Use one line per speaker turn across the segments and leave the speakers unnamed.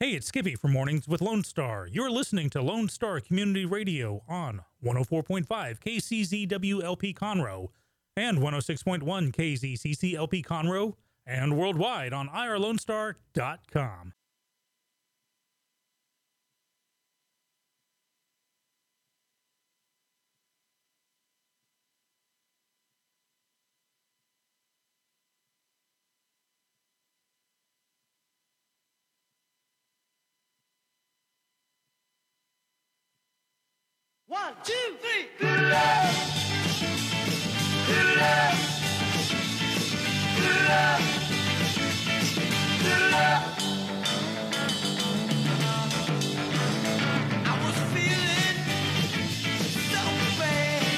Hey, it's Skippy from Mornings with Lone Star. You're listening to Lone Star Community Radio on 104.5 KCZWLP Conroe and 106.1 KZCCLP Conroe and worldwide on irlonestar.com.
One, two, three. Doodle-doo. Doodle-doo. Doodle-doo. Doodle-doo. I was feeling so bad.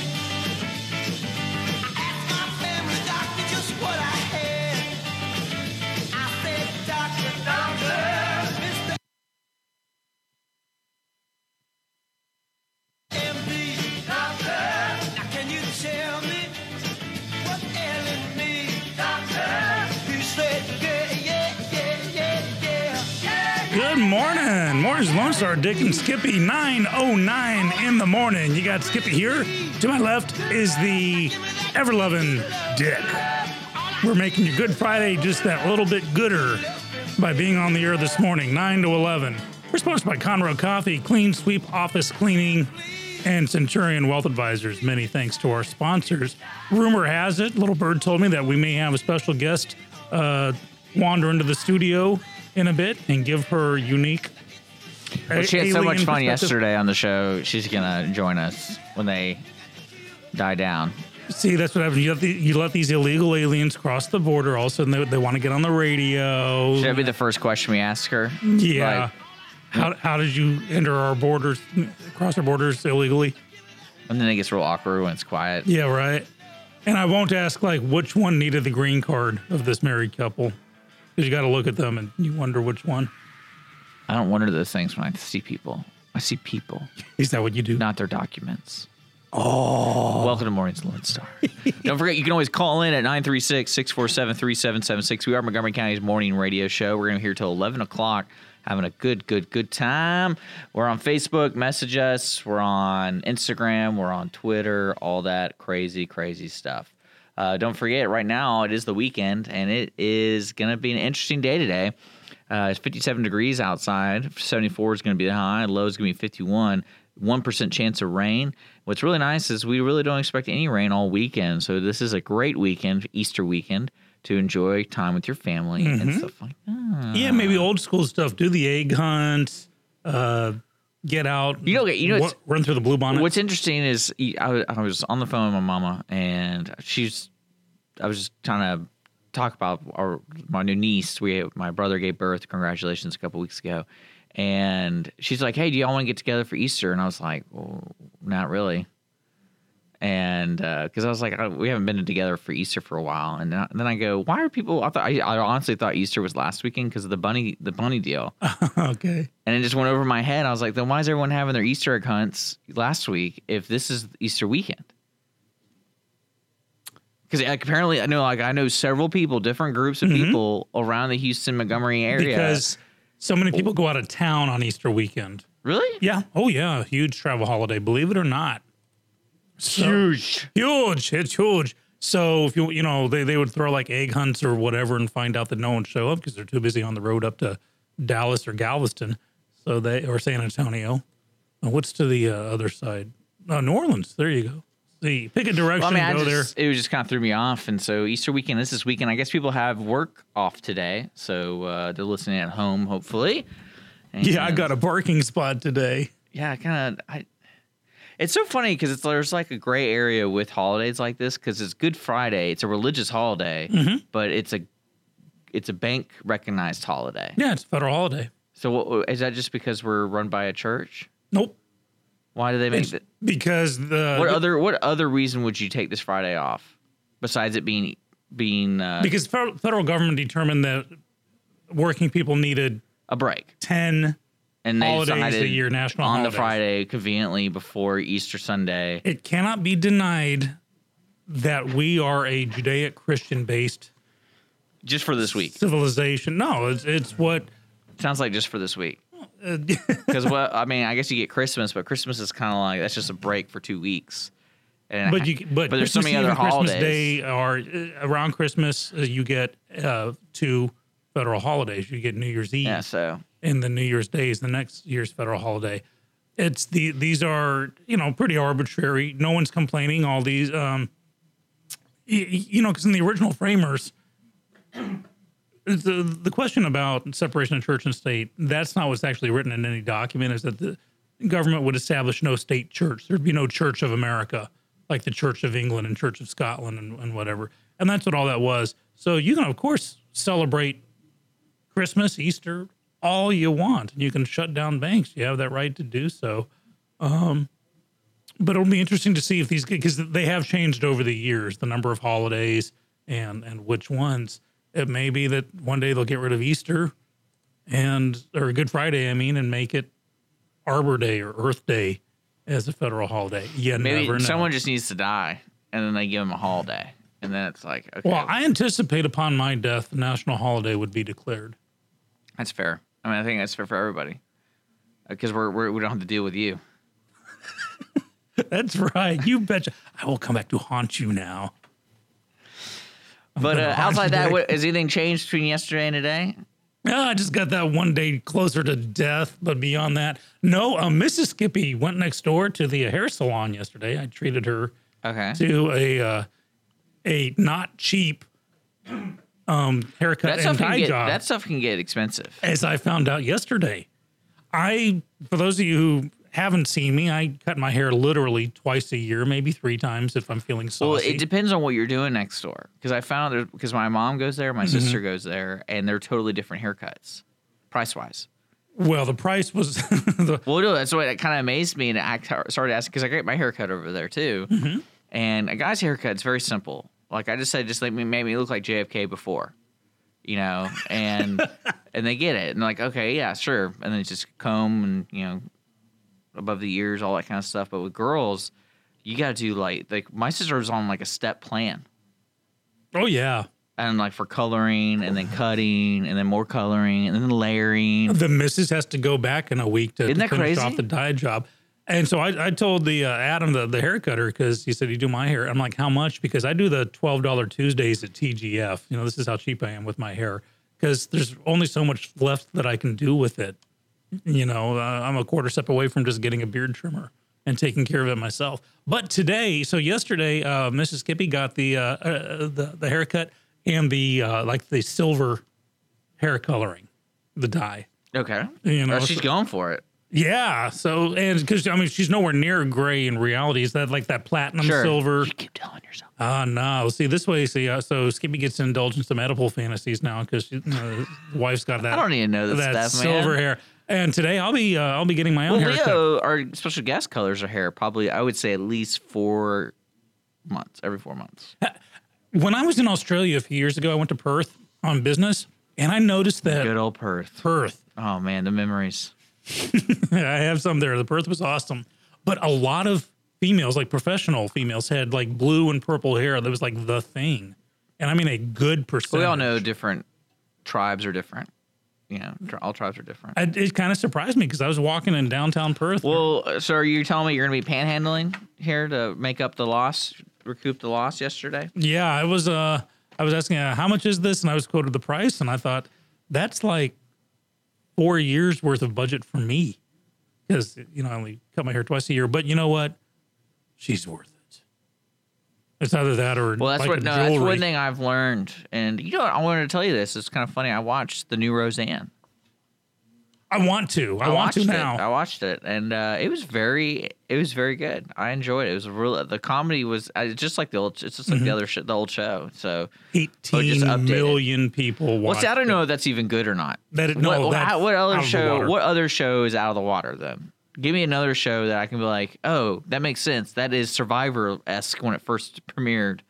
I asked my family doctor just what I had. I said, Doctor, doctor, Mr. MD, doctor. Now can you tell me what ailing me, doctor? You said, yeah, yeah, yeah, yeah, yeah, yeah.
Good morning. Morning's Lone Star Dick and Skippy, 9.09 in the morning. You got Skippy here. To my left is the ever-loving Dick. We're making your Good Friday just that little bit gooder by being on the air this morning, 9 to 11. We're sponsored by Conroe Coffee, Clean Sweep Office Cleaning, and Centurion Wealth Advisors. Many thanks to our sponsors. Rumor has it, Little Bird told me that we may have a special guest uh, wander into the studio in a bit and give her unique
Well, she had so
alien
much fun
perspective.
yesterday on the show. She's gonna join us when they die down.
See, that's what happens. You let, the, you let these illegal aliens cross the border. All of a sudden, they, they want to get on the radio.
Should that be the first question we ask her?
yeah.
Like,
how, how did you enter our borders, cross our borders illegally?
and then it gets real awkward when it's quiet.
Yeah, right. And I won't ask, like, which one needed the green card of this married couple. Because you got to look at them and you wonder which one.
I don't wonder those things when I see people. I see people,
Is that what you do?
not their documents. Oh. Welcome to Morning's Lone Star. don't forget, you can always call in at 936 647 3776. We are Montgomery County's morning radio show. We're going to be here till 11 o'clock, having a good, good, good time. We're on Facebook. Message us. We're on Instagram. We're on Twitter. All that crazy, crazy stuff. Uh, don't forget, right now it is the weekend, and it is going to be an interesting day today. Uh, it's 57 degrees outside. 74 is going to be the high. Low is going to be 51. 1% chance of rain. What's really nice is we really don't expect any rain all weekend. So this is a great weekend, Easter weekend, to enjoy time with your family and stuff like that.
yeah, maybe old school stuff. Do the egg hunt, uh, get out,
You know, you know,
wa-
it's-
run through the blue bonnet.
What's interesting is I, wa- I was on the phone with my mama, and she's. I was just trying to talk about our my new niece. We my brother gave birth. Congratulations, a couple weeks ago, and she's like, "Hey, do y'all want to get together for Easter?" And I was like, well, "Not really." and because I was like, I, we haven't been together for Easter for a while, and, then- then I go, why are people? I thought I, I honestly thought Easter was last weekend because of the bunny, the bunny deal,
okay.
and it just went over my head. I was like, then why is everyone having their Easter egg hunts last week if this is Easter weekend? Because like, apparently, I know like I know several people, different groups of people around the Houston Montgomery area.
Mm-hmm. Because so many people go out of town on Easter weekend.
really,
Yeah. Oh yeah, huge travel holiday. Believe it or not,
huge.
huge. It's huge. So if you you know they they would throw like egg hunts or whatever and find out that no one show up because they're too busy on the road up to Dallas or Galveston, so they or San Antonio. Uh, what's to the uh, other side? Uh, New Orleans. There you go. See, pick a direction.
Well, I mean, I
go there.
just, it was just kind of threw me off. And so Easter weekend is this weekend. I guess people have work off today. So uh, they're listening at home, hopefully. And
Yeah, I got a parking spot today.
Yeah, I kind of. I, it's so funny because it's there's like a gray area with holidays like this because it's Good Friday. It's a religious holiday,
Mm-hmm.
but it's a it's a bank recognized holiday.
Yeah, it's a federal holiday.
So what, is that just because we're run by a church?
Nope.
Why do they make
It's
that?
because the
What other what other reason would you take this Friday off besides it being being uh,
because federal, federal government determined that working people needed
a break?
10
and they
holidays
decided
that year, national
on
holidays.
the Friday conveniently before Easter Sunday.
it cannot be denied that we are a judaic christian based
Just for this week.
civilization no it's, it's what
Sounds like just for this week.
Uh,
Because what I mean, I guess you get Christmas, but Christmas is kind of like that's just a break for two weeks. And
but you but,
there's so
Christmas
many
Eve
other
and Christmas
holidays.
Day are uh, around Christmas. Uh, you get uh, two federal holidays. You get New Year's Eve
Yeah, so
and the New Year's Day is the next year's federal holiday. It's the these are you know pretty arbitrary. No one's complaining. All these um, y- y- you know, because in the original framers, the the question about separation of church and state that's not what's actually written in any document. Is that the government would establish no state church? There'd be no Church of America, like the Church of England and Church of Scotland and, and whatever. And that's what all that was. So you can of course celebrate Christmas, Easter, all you want, and you can shut down banks. You have that right to do so. Um, but it'll be interesting to see if these because they have changed over the years the number of holidays and and which ones. It may be that one day they'll get rid of Easter and or Good Friday, I mean, and make it Arbor Day or Earth Day as a federal holiday. You
maybe
never know.
someone just needs to die, and then they give him a holiday, and then it's like okay,
well, I anticipate upon my death, the national holiday would be declared.
that's fair. I mean, I think that's fair for everybody because we're, we're we don't have to deal with you.
That's right. You betcha. I will come back to haunt you now.
But
gonna
uh,
haunt you
outside that,
today.
what, has anything changed between yesterday and today?
Yeah, Ah, I just got that one day closer to death, but beyond that, no. Uh, Mrs. Skippy went next door to the hair salon yesterday. I treated her
Okay.
to a uh, a not cheap um, haircut
That
and
stuff
dye
can get
job.
that stuff can get expensive.
as I found out yesterday. I, for those of you who haven't seen me, I cut my hair literally twice a year, maybe three times if I'm feeling saucy.
Well, it depends on what you're doing next door. Because I found there because my mom goes there, my
Mm-hmm.
sister goes there, and they're totally different haircuts, price wise.
well, the price was the,
Well, no, that's what that kind of amazed me, and I started asking because I get my haircut over there too. And a guy's haircut's very simple. Like I just said, just like me, made me look like JFK before, you know, and and they get it, and like okay, yeah, sure, and then it's just comb and you know above the ears, all that kind of stuff. But with girls, you got to do like like my sister was on like a step plan.
oh yeah,
and like for coloring and then cutting and then more coloring and then layering.
the missus has to go back in a week to,
Isn't
to
that
finish
crazy?
off the dye job. And so I, I told the uh, Adam the, the hair cutter because he said you do my hair. I'm like, how much? Because I do the twelve dollar Tuesdays at TGF. You know, this is how cheap I am with my hair because there's only so much left that I can do with it. You know, uh, I'm a quarter step away from just getting a beard trimmer and taking care of it myself. But today, so yesterday, uh, Mrs. Kippy got the uh, uh, the the haircut and the uh, like the silver hair coloring, the dye.
Okay.
You know,
Oh, she's
so-
going for it.
Yeah. So, and because I mean, she's nowhere near gray in reality. Is that like that platinum
Sure.
silver?
You keep telling yourself.
Ah, no. See, this way, see, uh, so Skippy gets to indulge in some edible fantasies now because you know, the wife's got that.
I don't even know this
that
stuff, man.
silver hair. And today, I'll be uh, I'll be getting my
Well,
own haircut.
Leo, our special guest colors her hair probably, I would say, at least four months, every four months.
When I was in Australia a few years ago, I went to Perth on business, and I noticed that
Good old Perth.
Perth
Oh, man, the memories.
I have some there. The Perth was awesome, but a lot of females, like professional females, had like blue and purple hair. That was like the thing, and I mean a good percentage.
We all know different tribes are different. You know, tr- all tribes are different.
I, it kind of surprised me because I was walking in downtown Perth.
Well, uh, so are you telling me you're going to be panhandling here to make up the loss, recoup the loss yesterday?
yeah, I was. Uh, I was asking uh, how much is this, and I was quoted the price, and I thought that's like four years worth of budget for me because you know I only cut my hair twice a year. But you know what? She's worth it. It's either that or
Well, that's
like
what
a
no,
jewelry.
that's one thing I've learned, and you know what? I wanted to tell you this. It's kind of funny. I watched the new Roseanne.
I want to. I, want
watched
to
it.
now.
I watched it, and uh, it was very, it was very good. I enjoyed it. It was a real. The comedy was uh, it's just like the old. It's just
Mm-hmm.
like the other sh- the old show. So
18
updated.
million people watch.
well, see, I don't know if that's even good or not.
That it- no,
what,
that's
how- what
out
other
of the
show?
water.
What other show is out of the water then? Give me another show that I can be like, oh, that makes sense. That is Survivor esque when it first premiered,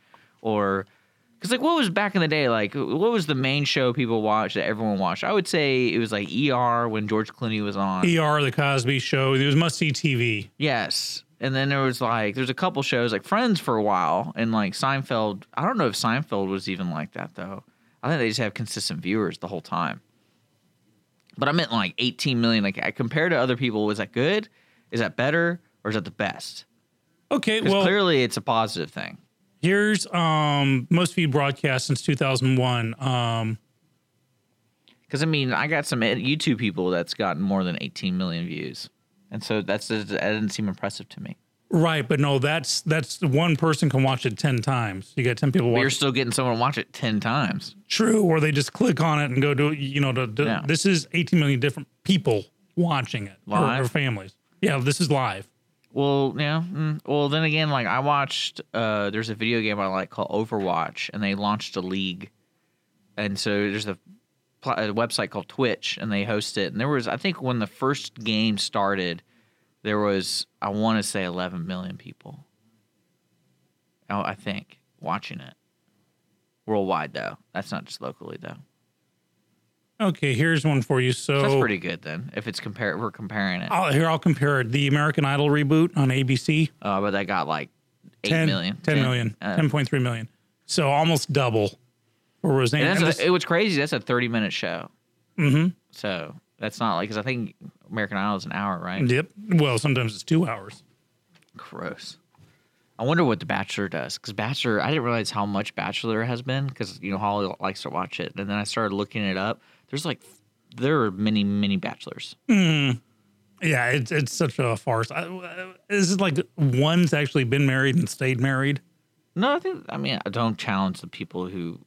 or because like what was back in the day? Like what was the main show people watched that everyone watched? I would say it was like ER when George Clooney was on.
ER, The Cosby Show. It was must see TV.
yes, and then there was like there's a couple shows like Friends for a while, and like Seinfeld. I don't know if Seinfeld was even like that though. I think they just have consistent viewers the whole time. But I meant like 18 million. Like I compared to other people, was that good? Is that better? Or is that the best?
Okay,
Because
well,
clearly it's a positive thing.
here's um, most viewed broadcast since 2001. Um,
Because I mean, I got some ed- YouTube people that's gotten more than 18 million views, and so that's that doesn't seem impressive to me.
right, but no, that's that's one person can watch it 10 times. You got 10 people
But
watching.
you're still getting someone to watch it 10 times.
True, or they just click on it and go to you know to, to-
Yeah.
this is 18 million different people watching it or- Or,
Live?
families. Yeah, this is live.
Well, yeah. Mm, well, then again, like I watched, uh, there's a video game I like called Overwatch, and they launched a league, and so there's a, pl- a website called Twitch, and they host it. And there was, I think, when the first game started, there was, I want to say, 11 million people. Oh, I think watching it worldwide though. That's not just locally though.
Okay, here's one for you. So
That's pretty good then. If it's compare, we're comparing it.
I'll, here I'll compare it. The American Idol reboot on ABC.
Uh, but that got like eight
10
million.
10 million,
uh,
10.3 million. So almost double for Roseanne.
And
And
that's
this-
it was crazy. That's a thirty minute show. Mm-hmm. So that's not like because I think American Idol is an hour, right?
yep. Well, sometimes it's two hours.
Gross. I wonder what The Bachelor does because Bachelor. I didn't realize how much Bachelor has been because you know Holly likes to watch it, and then I started looking it up. There's like there are many many Bachelors.
Yeah, it's it's such a farce. I, I- this is like one's actually been married and stayed married.
No, I think I mean I don't challenge the people who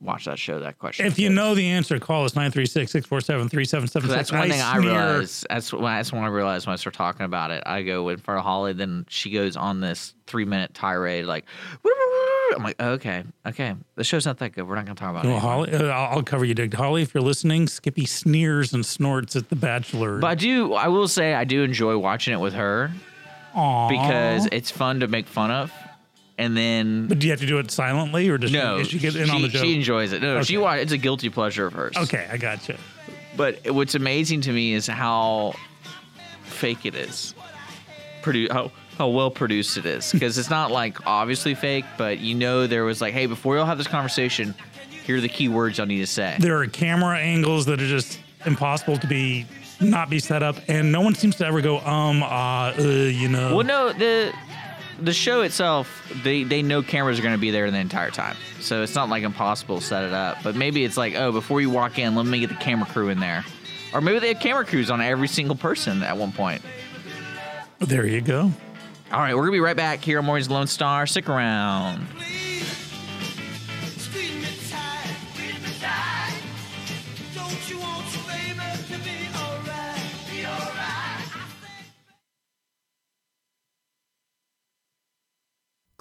watch that show that question.
If you know the answer, call us 936 647
So
3776.
that's one thing I realized. That's when, that's when I realized when I started talking about it. I go in front of Holly, then she goes on this three minute tirade, like, I'm like, okay, okay, the show's not that good. We're not going to talk about
Well,
it.
Holly, uh, I'll I'll cover you, Dick. Holly, if you're listening, Skippy sneers and snorts at The Bachelor.
But I do, I will say, I do enjoy watching it with her
Aw.
because it's fun to make fun of. And then,
But do you have to do it silently or does, she,
no,
does she get in
she,
on the joke?
she enjoys it. No, no, she
Okay.
watch. It's a guilty pleasure of hers.
okay, I got you.
But what's amazing to me is how fake it is. Produ- how how well produced it is because it's not like obviously fake, but you know there was like, hey, before y'all have this conversation, here are the key words y'all need to say.
There are camera angles that are just impossible to be not be set up, and no one seems to ever go um uh, uh you know.
Well, no, the the show itself, they they know cameras are going to be there the entire time, so it's not like impossible to set it up. But maybe it's like, oh, before you walk in, let me get the camera crew in there, or maybe they have camera crews on every single person at one point.
There you go.
All right, we're gonna be right back here on Morning's Lone Star. Stick around.
Don't you want your baby to be alright? Be alright.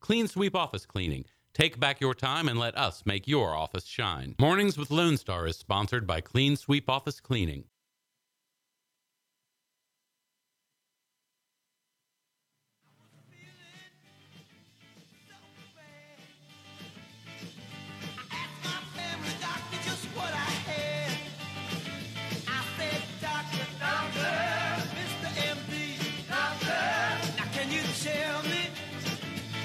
Clean Sweep Office Cleaning. Take back your time and let us make your office shine. Mornings with Lone Star is sponsored by Clean Sweep Office Cleaning.
My family doctor just what I had. I said, Doctor, doctor, Mr. MD, doctor. Now can you tell me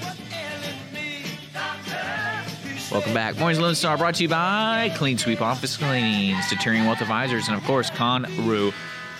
what ailing me, doctor?
Welcome back. Morning's Lone Star brought to you by Clean Sweep Office Cleans, Deterring Wealth Advisors, and of course, Conroe.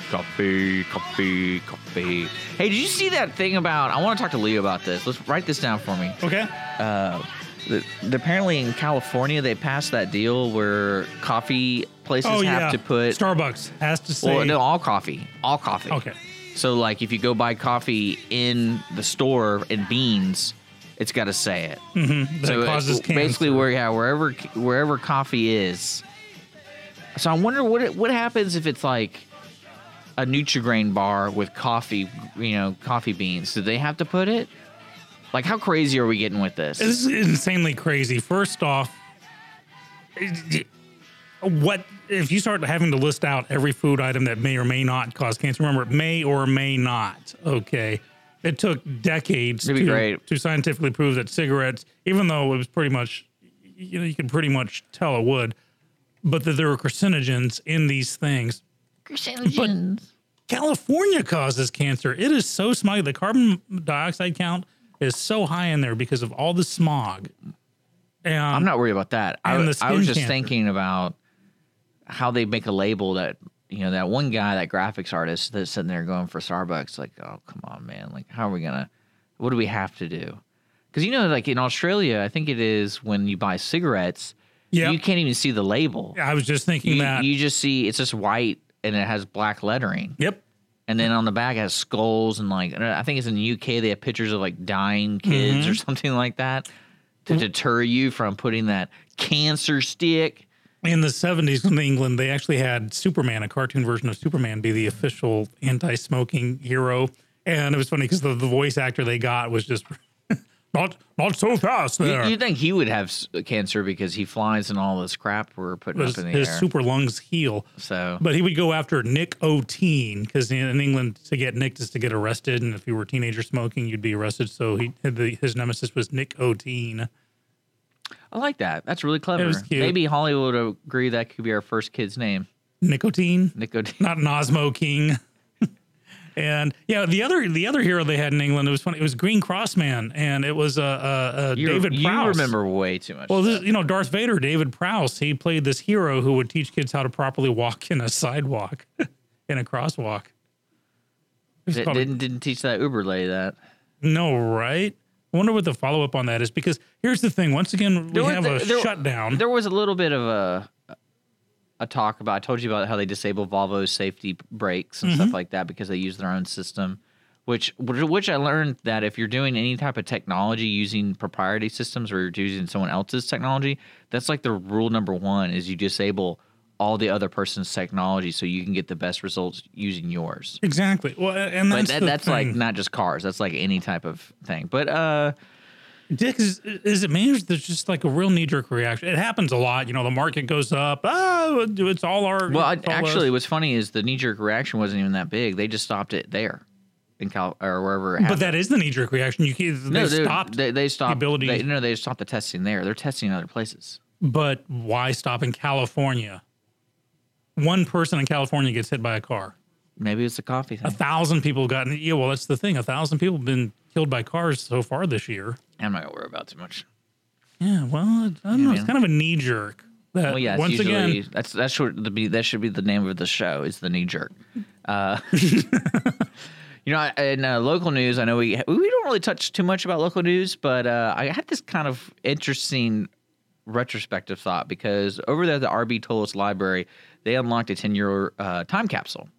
Copy, copy, copy. Hey, did you see that thing about? I want to talk to Leo about this. Let's write this down for me.
Okay.
Uh, the, apparently, in California, they passed that deal where coffee places
oh
have
yeah.
to put.
Starbucks has to say.
well, no, all coffee. All coffee.
Okay.
So, like, if you go buy coffee in the store in beans, it's got to say it.
That
So it-
causes cancer.
basically, where yeah, wherever wherever coffee is. So I wonder what it, what happens if it's like a NutriGrain bar with coffee, you know, coffee beans. Do they have to put it? Like, how crazy are we getting with this?
This is insanely crazy. First off, what if you start having to list out every food item that may or may not cause cancer? Remember, it may or may not. Okay, it took decades
It'd be
to,
great.
to scientifically prove that cigarettes, even though it was pretty much, you know, you can pretty much tell it would, but that there were carcinogens in these things. California causes cancer. It is so smog. The carbon dioxide count is so high in there because of all the smog. And
I'm not worried about that. I,
And
w-
the
I was
skin
just
cancer.
thinking about how they make a label that you know that one guy, that graphics artist that's sitting there going for Starbucks. Like, oh come on, man! Like, how are we gonna? What do we have to do? Because you know, like in Australia, I think it is when you buy cigarettes,
Yep.
you can't even see the label.
I was just thinking
You,
that.
you just see it's just white and it has black lettering.
yep.
And then on the back it has skulls and like and I think it's in the UK they have pictures of like dying kids
Mm-hmm.
or something like that to deter you from putting that cancer stick.
In the 70s in England, they actually had Superman, a cartoon version of Superman, be the official anti smoking hero. And it was funny because the, the voice actor they got was just not not so fast
You-
there.
You think he would have s- cancer because he flies and all this crap we're putting
It was-
up in the
his
air.
super lungs heal.
so
But he would go after Nick O'Teen because in in England, to get nicked is to get arrested, and if you were a teenager smoking, you'd be arrested. So he the, his nemesis was Nick O'Teen.
I like that. That's really clever.
was cute.
Maybe Hollywood would agree that could be our first kid's name,
Nicotine,
Nicotine.
not Nosmo King. and yeah, the other the other hero they had in England it was funny. It was Green Cross Man, and it was uh, uh, uh,
You,
David.
you
Prowse.
remember way too much.
Well,
of
this, you know, Darth Vader, David Prowse, he played this hero who would teach kids how to properly walk in a sidewalk, in a crosswalk.
that. Di-
called-
didn't didn't teach that Uber lady that.
No, right? I wonder what the follow up on that is because here's the thing. Once again, we
There was-
have a
there-
shutdown.
There was a little bit of a a talk about. I told you about how they disable Volvo's safety brakes and
Mm-hmm.
stuff like that because they use their own system. Which which I learned that if you're doing any type of technology using proprietary systems or you're using someone else's technology, that's like the rule number one is you disable all the other person's technology so you can get the best results using yours.
exactly. Well, and
But
that's
that,
the
that's
thing.
like not just cars. That's like any type of thing. But uh,
Dick is is it managed? There's just like a real knee jerk reaction. It happens a lot. You know, the market goes up. Oh, it's all our.
Well, I,
it's all us.
actually, what's funny is the knee jerk reaction wasn't even that big. They just stopped it there in Cal or wherever. It
but
happened.
that is the knee jerk reaction. You can't- they
they-
stopped.
They, they stopped.
ability-
They, no, they stopped the testing there. They're testing in other places.
but why stop in California? One person in California gets hit by a car.
Maybe it's the coffee
A
thing.
thousand people have gotten. Yeah, well, that's the thing. A thousand people have been killed by cars so far this year.
I'm not gonna worry about too much.
Yeah, well, I don't know. It's
man.
kind of a knee jerk. That
Well, yeah. It's
once
usually,
again,
that's that should be that should be the name of the show. Is the knee jerk. Uh, you know, in uh, local news, I know we we don't really touch too much about local news, but uh, I had this kind of interesting retrospective thought because over there at the RB Tollis Library, they unlocked a ten year uh, time capsule,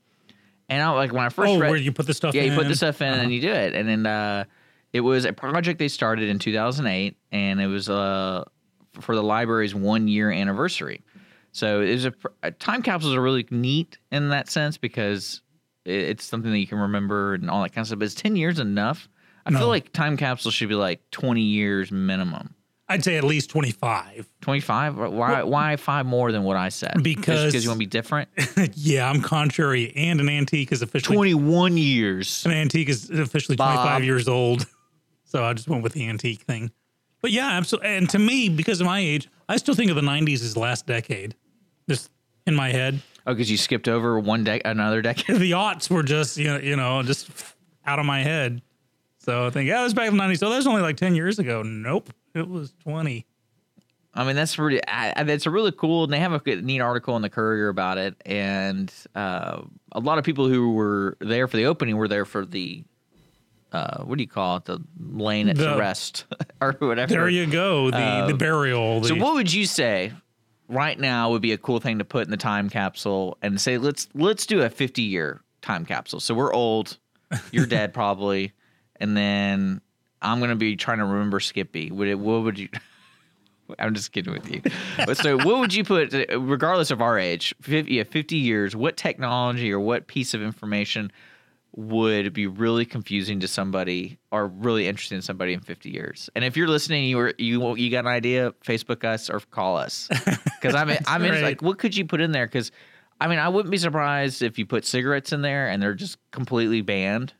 and I like when I first
oh,
read,
where you put the stuff?
yeah,
in.
you put the stuff in and you do it. And then uh, it was a project they started in 2008, and it was uh, for the library's one year anniversary. So it was a, pr- uh, time capsules are really neat in that sense because i- it's something that you can remember and all that kind of stuff. But is 10 years enough? I
No.
feel like time capsules should be like 20 years minimum.
I'd say at least twenty five.
25? Why why five more than what I said?
Because-
because you want to be different?
yeah, I'm contrary, and an antique is officially
21 years.
an antique is officially
Bob.
25 years old. So I just went with the antique thing. But yeah, absolutely. And to me, because of my age, I still think of the 90s as last decade. Just in my head,
Oh, because you skipped over one dec another decade.
the aughts were just you know, you know just out of my head. So I think yeah, that's back in the 90s. So that was only like 10 years ago. Nope, it was 20.
I mean, that's really, I, I- that's a really cool, and they have a good, neat article in the Courier about it. And uh, a lot of people who were there for the opening were there for the, uh, what do you call it, the laying it
The-
to rest or whatever.
There you go. The the burial. The,
Um, So, what would you say right now would be a cool thing to put in the time capsule and say let's let's do a 50 year time capsule. So we're old, you're dead probably, and then I'm gonna be trying to remember Skippy. Would it? What would you? I'm just kidding with you. But so, what would you put, regardless of our age, 50, yeah, 50 years? What technology or what piece of information would be really confusing to somebody or really interested in somebody in 50 years. And if you're listening, you were you you got an idea, Facebook us or call us because I'm
right.
I'm interested, like what could you put in there? Because I mean, I wouldn't be surprised if you put cigarettes in there and they're just completely banned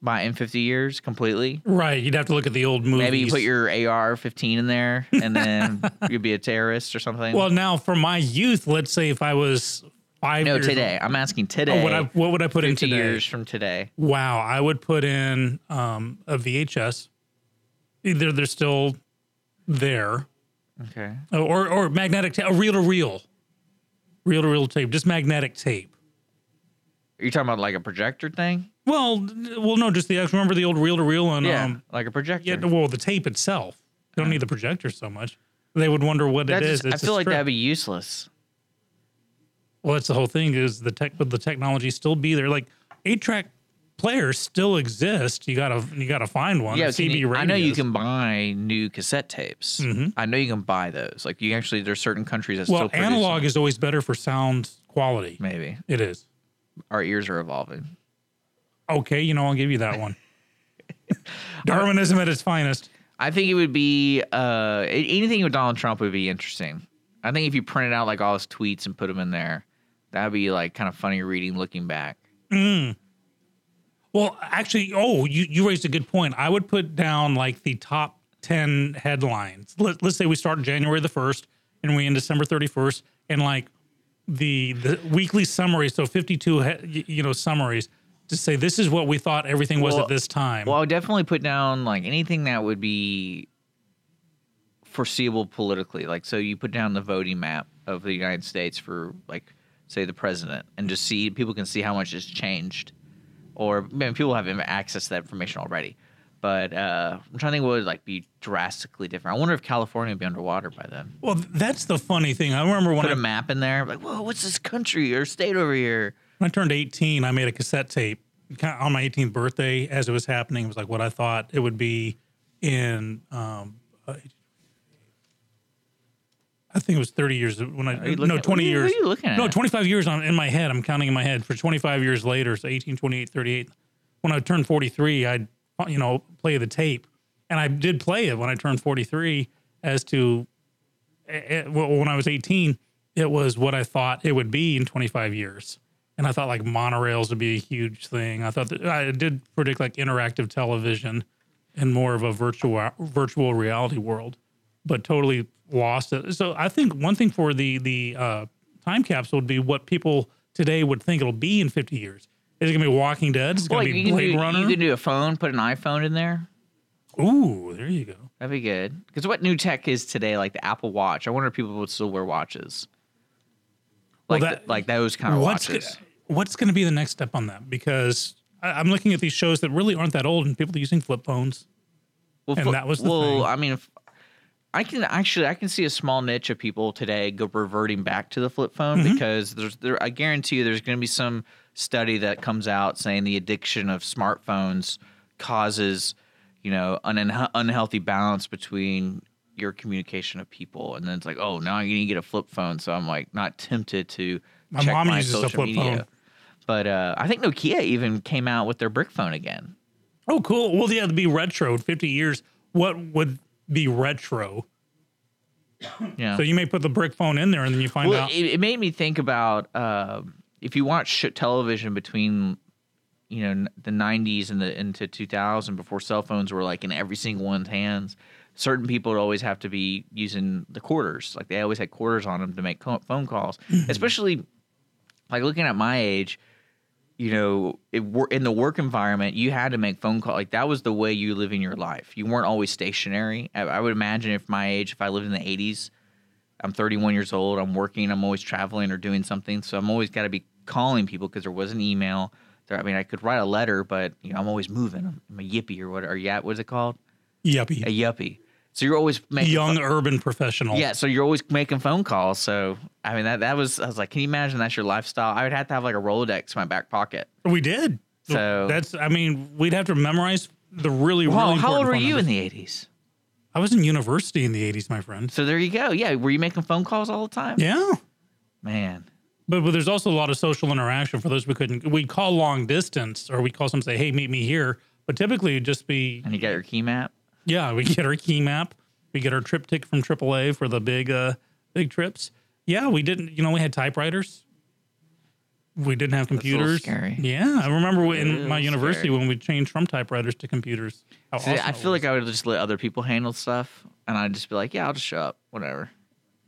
by in 50 years completely.
Right. You'd have to look at the old movies.
Maybe you put your AR-15 in there, and then you'd be a terrorist or something.
Well, now for my youth, let's say if I was five.
no,
years
today. I'm asking
old,
today.
Oh, what, I, what would I put in
50
today?
years from today.
Wow, I would put in um, a VHS. Either they're still there,
Okay.
or or magnetic tape, a reel to reel, reel to reel tape, just magnetic tape.
Are you talking about like a projector thing?
Well, d- well, no, just the remember the old reel to reel and
yeah,
um,
like a projector.
yeah, well, the tape itself. You don't need the projector so much. They would wonder what
That's
it is.
just- I
It's a
feel like
strip.
that'd be useless.
Well, that's the whole thing is the tech, would the technology still be there? Like eight track players still exist. You gotta, you gotta find one.
yeah,
The
can
CB
you- I know you
radios. Mm-hmm.
can buy new cassette tapes. I know you can buy those. Like you actually, there's certain countries that still
Well,
produce
analog
them.
is always better for sound quality.
Maybe
It is.
our ears are evolving.
Okay, you know, I'll give you that one. Darwinism at its finest.
I think it would be uh, a- anything with Donald Trump would be interesting. I think if you printed out like all his tweets and put them in there, that'd be like kind of funny reading looking back.
Well, actually, oh, you, you raised a good point. I would put down like the top 10 headlines. Let, let's say we start January the 1st and we end December 31st and like the, the weekly summary. So 52, he, y- you know, summaries to say this is what we thought everything was
Well-
at this time.
Well, I would definitely put down like anything that would be foreseeable politically. Like, so you put down the voting map of the United States for like, say, the president, and just see people can see how much has changed, or I mean, people have access to that information already. But uh, I'm trying to think what would like be drastically different. I wonder if California would be underwater by then.
Well, that's the funny thing. I remember when
Put
I,
a map in there, like, whoa, what's this country or state over here?
when I turned 18, I made a cassette tape kind of on my 18th birthday as it was happening. It was like what I thought it would be in, um, uh, I think it was 30 years when I,
Are you looking
no,
at-
20
what are you-
years.
what are you looking
No,
at?
25 years on, in my head. I'm counting in my head for 25 years later. So 18, 28, 38. When I turned 43, I'd, you know, play the tape. And I did play it when I turned 43 as to eh, well, when I was 18, it was what I thought it would be in 25 years. And I thought like monorails would be a huge thing. I thought that I did predict like interactive television and more of a virtual virtual reality world, but totally lost it. So I think one thing for the the uh, time capsule would be what people today would think it'll be in 50 years. Is it gonna be Walking Dead? Is it gonna
like,
be
you can
Blade
do-
Runner?
you can do a phone, put an iPhone in there.
Ooh, there you go.
That'd be good. Because what new tech is today, like the Apple Watch? I wonder if people would still wear watches.
Well,
Like,
that-
th- like those kind of
what's
watches.
go- what's going to be the next step on that? Because I, I'm looking at these shows that really aren't that old, and people are using flip phones.
well,
and
fl-
that was the
well,
thing.
I mean, if- I can actually I can see a small niche of people today go reverting back to the flip phone
Mm-hmm.
because there's there I guarantee you there's going to be some study that comes out saying the addiction of smartphones causes you know an unha- unhealthy balance between your communication of people and then it's like oh now I need to get a flip phone so I'm like not tempted to
My
check
mom
my
uses a
social
flip
media.
phone.
But uh, I think Nokia even came out with their brick phone again.
Oh, cool. Well, yeah, it'd be retro. in 50 years, what would be retro?
Yeah.
So you may put the brick phone in there, and then you find
Well,
out.
it, it made me think about um, if you watch sh- television between, you know, n- the '90s and the into 2000 before cell phones were like in every single one's hands. Certain people would always have to be using the quarters, like they always had quarters on them to make co- phone calls.
Mm-hmm.
Especially, like looking at my age, you know, it, wor- in the work environment, you had to make phone call. Like that was the way you live in your life. You weren't always stationary. I, I would imagine if my age, if I lived in the '80s, I'm 31 years old. I'm working. I'm always traveling or doing something. So I'm always got to be calling people because there wasn't email. There, I mean, I could write a letter, but you know, I'm always moving. I'm, I'm a yippie or what? Or yat? What is it called? A
yuppie,
yuppie. So you're always making
young urban professional.
yeah, so you're always making phone calls. So I mean, that that was. I was like, can you imagine that's your lifestyle? I would have to have like a Rolodex in my back pocket.
we did.
So-
that's. I mean, we'd have to memorize the really.
Wow,
really
how old
important
were
phone
you in
numbers.
the 80s?
I was in university in the 80s, my friend.
So there you go. Yeah, were you making phone calls all the time?
Yeah.
man.
But, but there's also a lot of social interaction for those we couldn't. We call long distance, or we call some say, "Hey, meet me here." But typically, it'd just be
And you got your key map.
yeah. We get our key map, we get our trip tick from AAA for the big uh big trips. Yeah, we didn't. You know, we had typewriters. We didn't have
a little
computers.
scary.
Yeah, I remember when-
Little
in my university
scary.
when we changed from typewriters to computers. How
See,
awesome
I
it
feel
was.
like I would just let other people handle stuff, and I'd just be like, "Yeah, I'll just show up, whatever."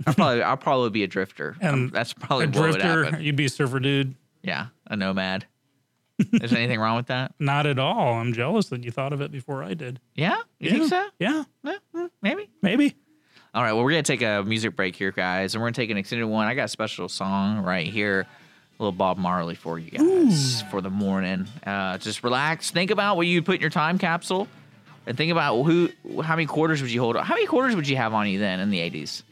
I'll probably, I'll probably be a drifter.
And
that's probably
a
what would
drifter.
happen.
You'd be a surfer dude.
Yeah, a nomad. Is anything wrong with that?
Not at all. I'm jealous that you thought of it before I did.
Yeah,
yeah.
you think so?
Yeah,
Yeah, mm, maybe.
maybe.
All right, well, we're gonna take a music break here, guys, and we're gonna take an extended one. I got a special song right here, a little Bob Marley for you guys for the morning. Uh, just relax, think about what you put in your time capsule, and think about who, how many quarters would you hold? How many quarters would you have on you then in the eighties?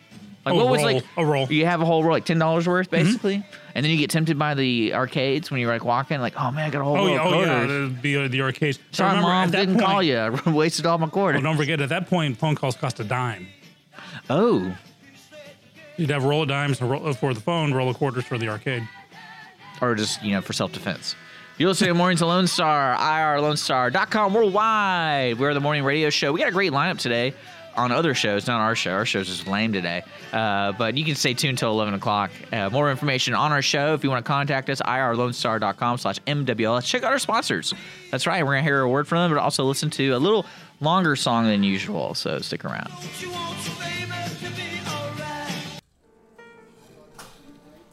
Like
A
what was
roll,
like
a roll. Mm-hmm.
You have a whole roll, like ten dollars worth, basically, and then you get tempted by the arcades when you're like walking, like, oh man, I got a whole
Oh,
roll
yeah,
of
oh
quarters.
yeah, it'd be uh, the arcade. I
Sorry,
remember
mom
at that
didn't call
point-
you. I wasted all my
Oh,
quarters.
don't forget, at that point, phone calls cost a dime.
oh.
You'd have a roll of dimes and roll, uh, for the phone, roll of quarters for the arcade.
or just you know for self defense. You're listening to Mornings of Lone Star, irlonestar.com worldwide. We're the morning radio show. We got a great lineup today on other shows, not our show. Our show's just lame today. Uh, but you can stay tuned till 11 o'clock. Uh, more information on our show if you want to contact us, irlonestar.com slash MWLS. Check out our sponsors. That's right. We're going to hear a word from them, but also listen to a little longer song than usual. So stick around.
Don't you want your baby to be alright?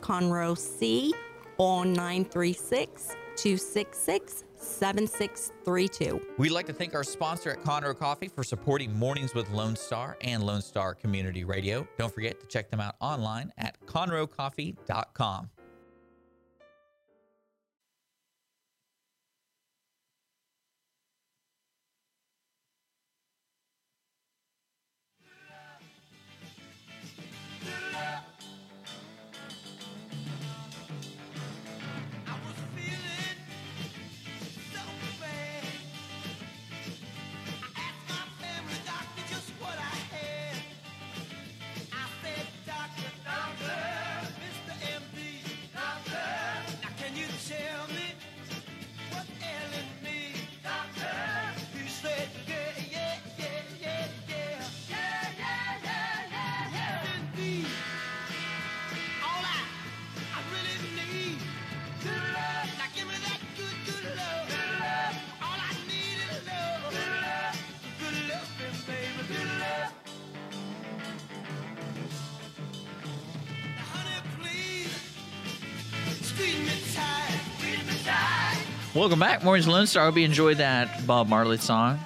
Conroe C or 936 266 7632.
We'd like to thank our sponsor at Conroe Coffee for supporting Mornings with Lone Star and Lone Star Community Radio. Don't forget to check them out online at conroecoffee.com.
I was feeling so bad. I asked my family doctor just what I had. I said, Doctor, doctor, Mr. MD, doctor, now can you tell me what ailing me, doctor? He said, Yeah, yeah, yeah, yeah, yeah, yeah, yeah, yeah, yeah, yeah, indeed. All I, I really need good love. Now give me that good, good love. Good love. All I need is love. Good love. Good loving, baby. Good love. Now, honey, please, squeeze me tight. Squeeze me tight.
Welcome back, Mornings with Lone Star. Hope you enjoyed that Bob Marley song.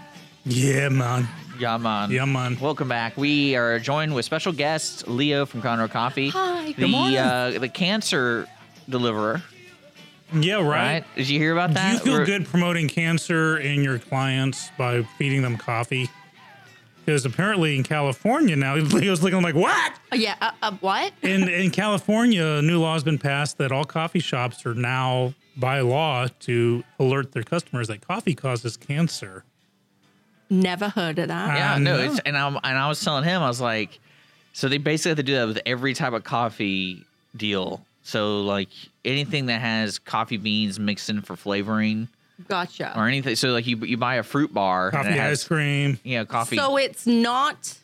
Yeah, man.
Yeah, man.
Yeah, man.
Welcome back. We are joined with special guest Leo from Conroe Coffee.
Hi, good
the
morning.
Uh, the cancer deliverer.
Yeah,
Right?
right.
Did you hear about
Do
that?
you feel
We're-
good promoting cancer in your clients by feeding them coffee? Because apparently in California now, Leo's looking like, what?
Yeah. Uh, uh, what?
in in California, a new law has been passed that all coffee shops are now by law to alert their customers that coffee causes cancer.
Never heard of that.
Yeah,
Uh,
no.
no.
It's, and I'm and I was telling him I was like, so they basically have to do that with every type of coffee deal. So like anything that has coffee beans mixed in for flavoring
Gotcha.
or anything. So like you you buy a fruit bar,
Coffee
and it has,
ice cream.
yeah, coffee.
So it's not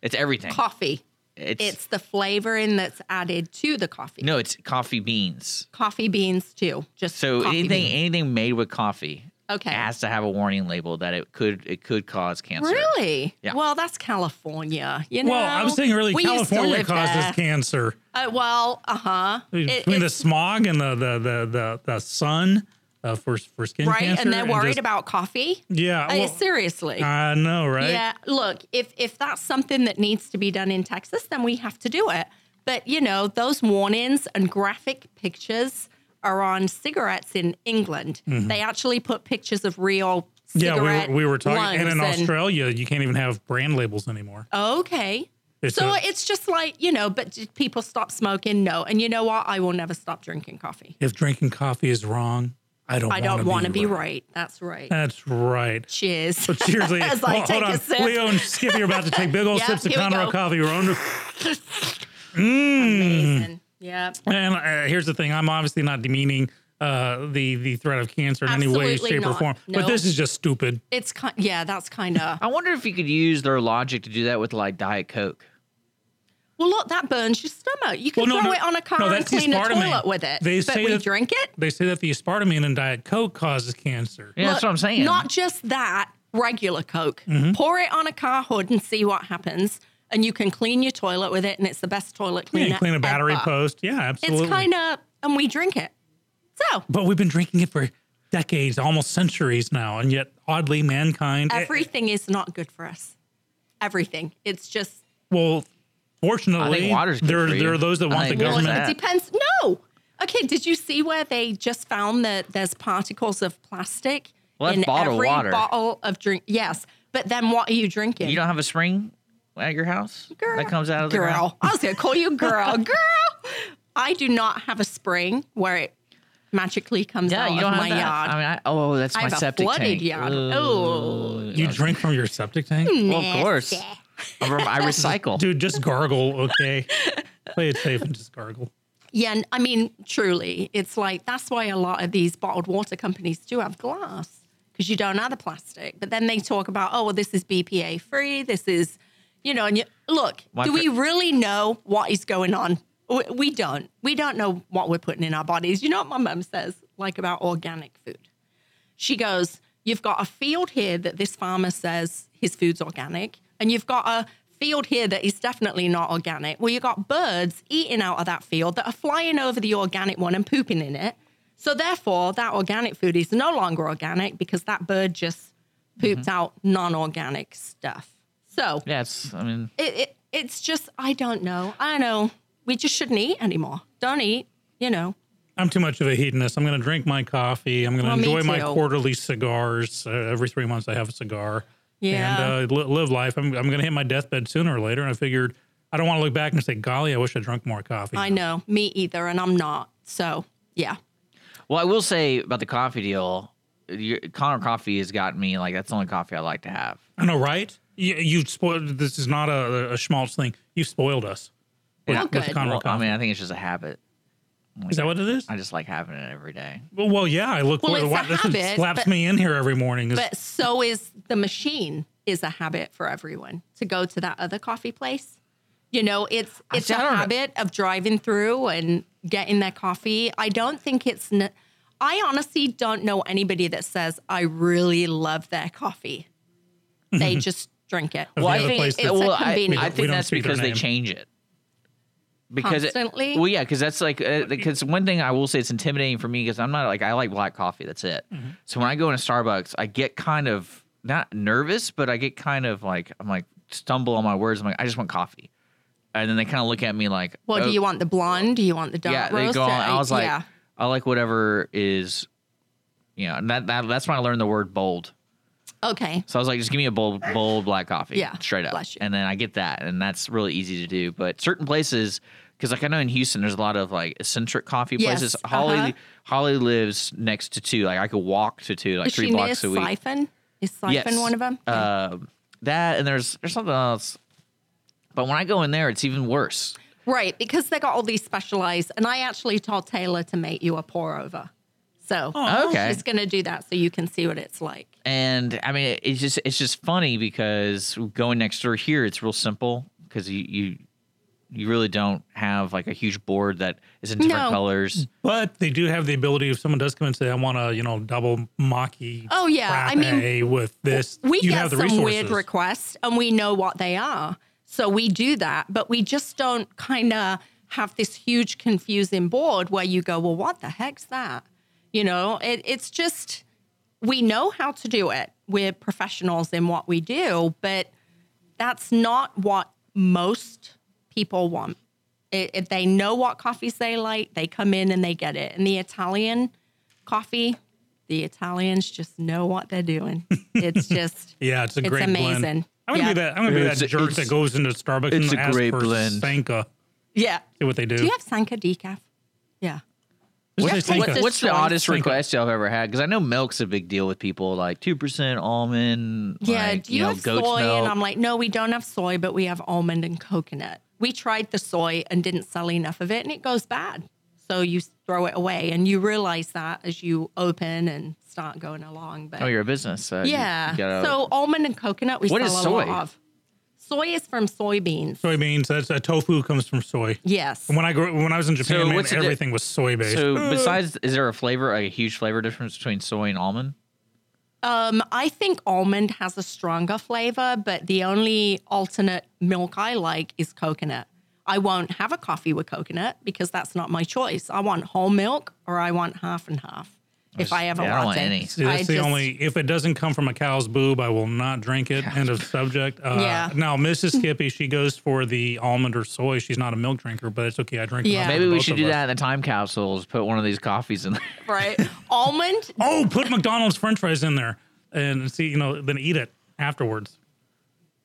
it's everything.
coffee.
It's,
It's the flavoring that's added to the coffee.
no, it's coffee beans.
Coffee beans too. Just
So
coffee
anything
beans.
anything made with coffee
Okay.
has to have a warning label that it could it could cause cancer.
Really?
Yeah.
Well, that's California. You know.
Well, I'm saying really
We used to
California
live
causes
there.
cancer.
Uh, well, uh huh.
Between the smog and the the the the, the sun uh, for for skin
right,
cancer.
and they're worried
just-
about coffee.
Yeah.
Uh,
well,
seriously.
I know, right?
Yeah. Look, if if that's something that needs to be done in Texas, then we have to do it. But you know, those warnings and graphic pictures are on cigarettes in England. They actually put pictures of real
Mm-hmm. Yeah,
cigarette
we were, we were talking. And in
lungs
Australia, you can't even have brand labels anymore.
Okay.
It's
so
a-
it's just like, you know, but did people stop smoking? No. And you know what? I will never stop drinking coffee.
If drinking coffee is wrong, I don't.
I don't
want to
be right. That's right.
That's right.
Cheers.
But seriously,
As I
hold-
take
hold
a
on.
sip.
Leo and Skippy are about to take big old
Yeah,
sips of
here we
Conroe
go.
coffee. We're on to-
Amazing. Yeah.
and uh, here's the thing: I'm obviously not demeaning uh, the the threat of cancer in any way,
Absolutely
shape, or
not.
form. But
No.
this is just stupid.
It's kind yeah, that's kind of
I wonder if you could use their logic to do that with like Diet Coke.
Well, look, that burns your stomach. You can
Well, no,
throw
no.
it on a car
No,
and
that's the
clean a
aspartame.
toilet with it.
They
but
say
we
that-
drink it.
They say that the aspartame in Diet Coke causes cancer.
Yeah, that's
Look,
what I'm saying.
Not just that, regular Coke.
Mm-hmm.
Pour it on a car hood and see what happens. And you can clean your toilet with it, and it's the best toilet
Yeah,
cleaner.
clean a battery
ever.
post. Yeah, absolutely.
It's kind of, and we drink it. So
But we've been drinking it for decades, almost centuries now, and yet oddly, mankind. eh,
everything is not good for us. Everything. It's just,
well, fortunately,
water's good
there are,
for
there
you.
are those that
I
want the
think water's
government.
bad.
it depends. No. Okay. Did you see where they just found that there's particles of plastic
Well, that's
in
bottled
every
water.
bottle of drink? Yes. But then what are you drinking?
you don't have a spring at your house
girl.
that comes out of the
girl.
ground?
I was gonna call you girl, girl. I do not have a spring where it magically comes
Yeah,
out
you don't
of
have
my
that.
yard.
I mean, I, oh, that's
I
my
have a
septic
flooded
tank.
yard.
Ugh.
Oh,
You drink from your septic
Hmm.
tank,
Well, of course. I rem- I recycle.
dude. Just gargle, okay? Play it safe and just gargle.
yeah. and I mean, truly, it's like that's why a lot of these bottled water companies do have glass because you don't have the plastic. But then they talk about, oh, well, this is BPA free. This is, you know, and you, look,
My
do
fr-
we really know what is going on? We, we don't. We don't know what we're putting in our bodies. You know what my mum says, like about organic food. She goes, You've got a field here that this farmer says his food's organic, and you've got a field here that is definitely not organic. Well, you've got birds eating out of that field that are flying over the organic one and pooping in it. So, therefore, that organic food is no longer organic because that bird just pooped
Mm-hmm.
out non organic stuff. So,
Yeah, it's, I mean,
it, it, it's just, I don't know. I know. We just shouldn't eat anymore. Don't eat, you know.
I'm too much of a hedonist. I'm going to drink my coffee. I'm going to
Well, me
enjoy my
too.
quarterly cigars. Uh, every three months, I have a cigar.
Yeah.
And uh, li- live life. I'm, I'm going to hit my deathbed sooner or later. And I figured I don't want to look back and say, golly, I wish I drunk more coffee.
I know. Me either. And I'm not. So, yeah.
well, I will say about the coffee deal, your, Connor Coffee has gotten me like, that's the only coffee I like to have.
I know, right? You, you've spoiled. This is not a, a schmaltz thing. You've spoiled us.
Oh,
with
good.
Conroe
Well, I
coffee.
mean, I think it's just a habit.
is that what it is?
I just like having it every day.
well, well, yeah. I look.
Well,
forward- why-
it's a
this one
habit,
slaps
but-
me in here every morning. It's-
But so is the machine is a habit for everyone to go to that other coffee place. You know, it's it's
see,
a
I don't know.
habit of driving through and getting their coffee. I don't think it's. N- I honestly don't know anybody that says I really love their coffee. They just drink it.
Well, I other think- place
it's a
I-
convenience.
I,
We
think
don't
that's
speak their
because they
name.
change it. Because it-
Constantly?
well, yeah, because that's like because one thing I will say it's intimidating for me because I'm not like I like black coffee. That's it. So when I go into Starbucks, I get kind of not nervous, but I get kind of like I'm like stumble on my words. I'm like I just want coffee, and then they kind of look at me like,
well,
"Oh,
do you want the blonde? Do you want the dark
yeah, they
roast?
go. On. I was like,
yeah.
I like whatever is, you know, and that, that that's when I learned the word bold.
okay.
So I was like, just give me a bold, bold black coffee.
Yeah,
Straight up.
bless you.
And then I get that. And that's really easy to do. But certain places, because like I know in Houston, there's a lot of like eccentric coffee
Yes,
places. Holly
uh-huh.
Holly lives next to two. Like I could walk to two, like
Is
three
she near
blocks a week.
siphon? Is siphon
Yes.
one of them?
Uh, that and there's there's something else. But when I go in there, it's even worse.
Right, because they got all these specialized, and I actually told Taylor to make you a pour over. So
Oh,
okay.
she's going to do that so you can see what it's like.
and I mean, it's just it's just funny because going next door here, it's real simple because you you you really don't have like a huge board that is in different
No.
colors.
But they do have the ability if someone does come and say, "I want a you know double mocky."
Oh, yeah. I mean,
frappe with this,
We
you
get
have the
some
resources.
weird requests, and we know what they are, so we do that. But we just don't kind of have this huge confusing board where you go, "Well, what the heck's that?" You know, it, it's just we know how to do it. We're professionals in what we do, but that's not what most people want. It, it, they know what coffees they like. They come in and they get it. And the Italian coffee, the Italians just know what they're doing. It's just
Yeah, it's a
It's
great blend.
amazing.
I'm gonna
Yeah.
be that. I'm gonna be
It's
that
a-
jerk
it's-
that goes into Starbucks
it's
and
a
asks
great
for
blend.
Sanka.
yeah.
See what they do.
Do you have Sanka decaf? Yeah.
What's
have
they
to-
think
what's
of?
this-
What's the
choice.
oddest request y'all have ever had? Because I know milk's a big deal with people, like two percent almond.
Yeah,
like,
do you,
know,
have
goat's
soy?
milk.
And I'm like, no, we don't have soy, but we have almond and coconut. We tried the soy and didn't sell enough of it, and it goes bad. So you s- throw it away, and you realize that as you open and start going along. But
oh, you're a business. So you-
yeah,
you gotta-
so almond and coconut we
What
sell
is
a
soy?
lot of. Soy is from soybeans.
soybeans? That's uh, tofu comes from soy.
Yes.
When I grew, when I was in Japan,
So
man,
what's the di-
everything was soy based.
So besides, is there a flavor, like a huge flavor difference between soy and almond?
Um, I think almond has a stronger flavor, but the only alternate milk I like is coconut. I won't have a coffee with coconut because that's not my choice. I want whole milk or I want half and half. If I have a
yeah, I don't
latte,
want any.
See, that's
I
the
just-
only. If it doesn't come from a cow's boob, I will not drink it. End of subject. Uh,
Yeah.
Now, Mrs. Skippy, she goes for the almond or soy. She's not a milk drinker, but it's okay. I drink.
Yeah.
enough for
Maybe we
both
should
of
do
us.
that in the time capsules. Put one of these coffees in there.
right almond.
Oh, put McDonald's French fries in there, and see, you know, then eat it afterwards.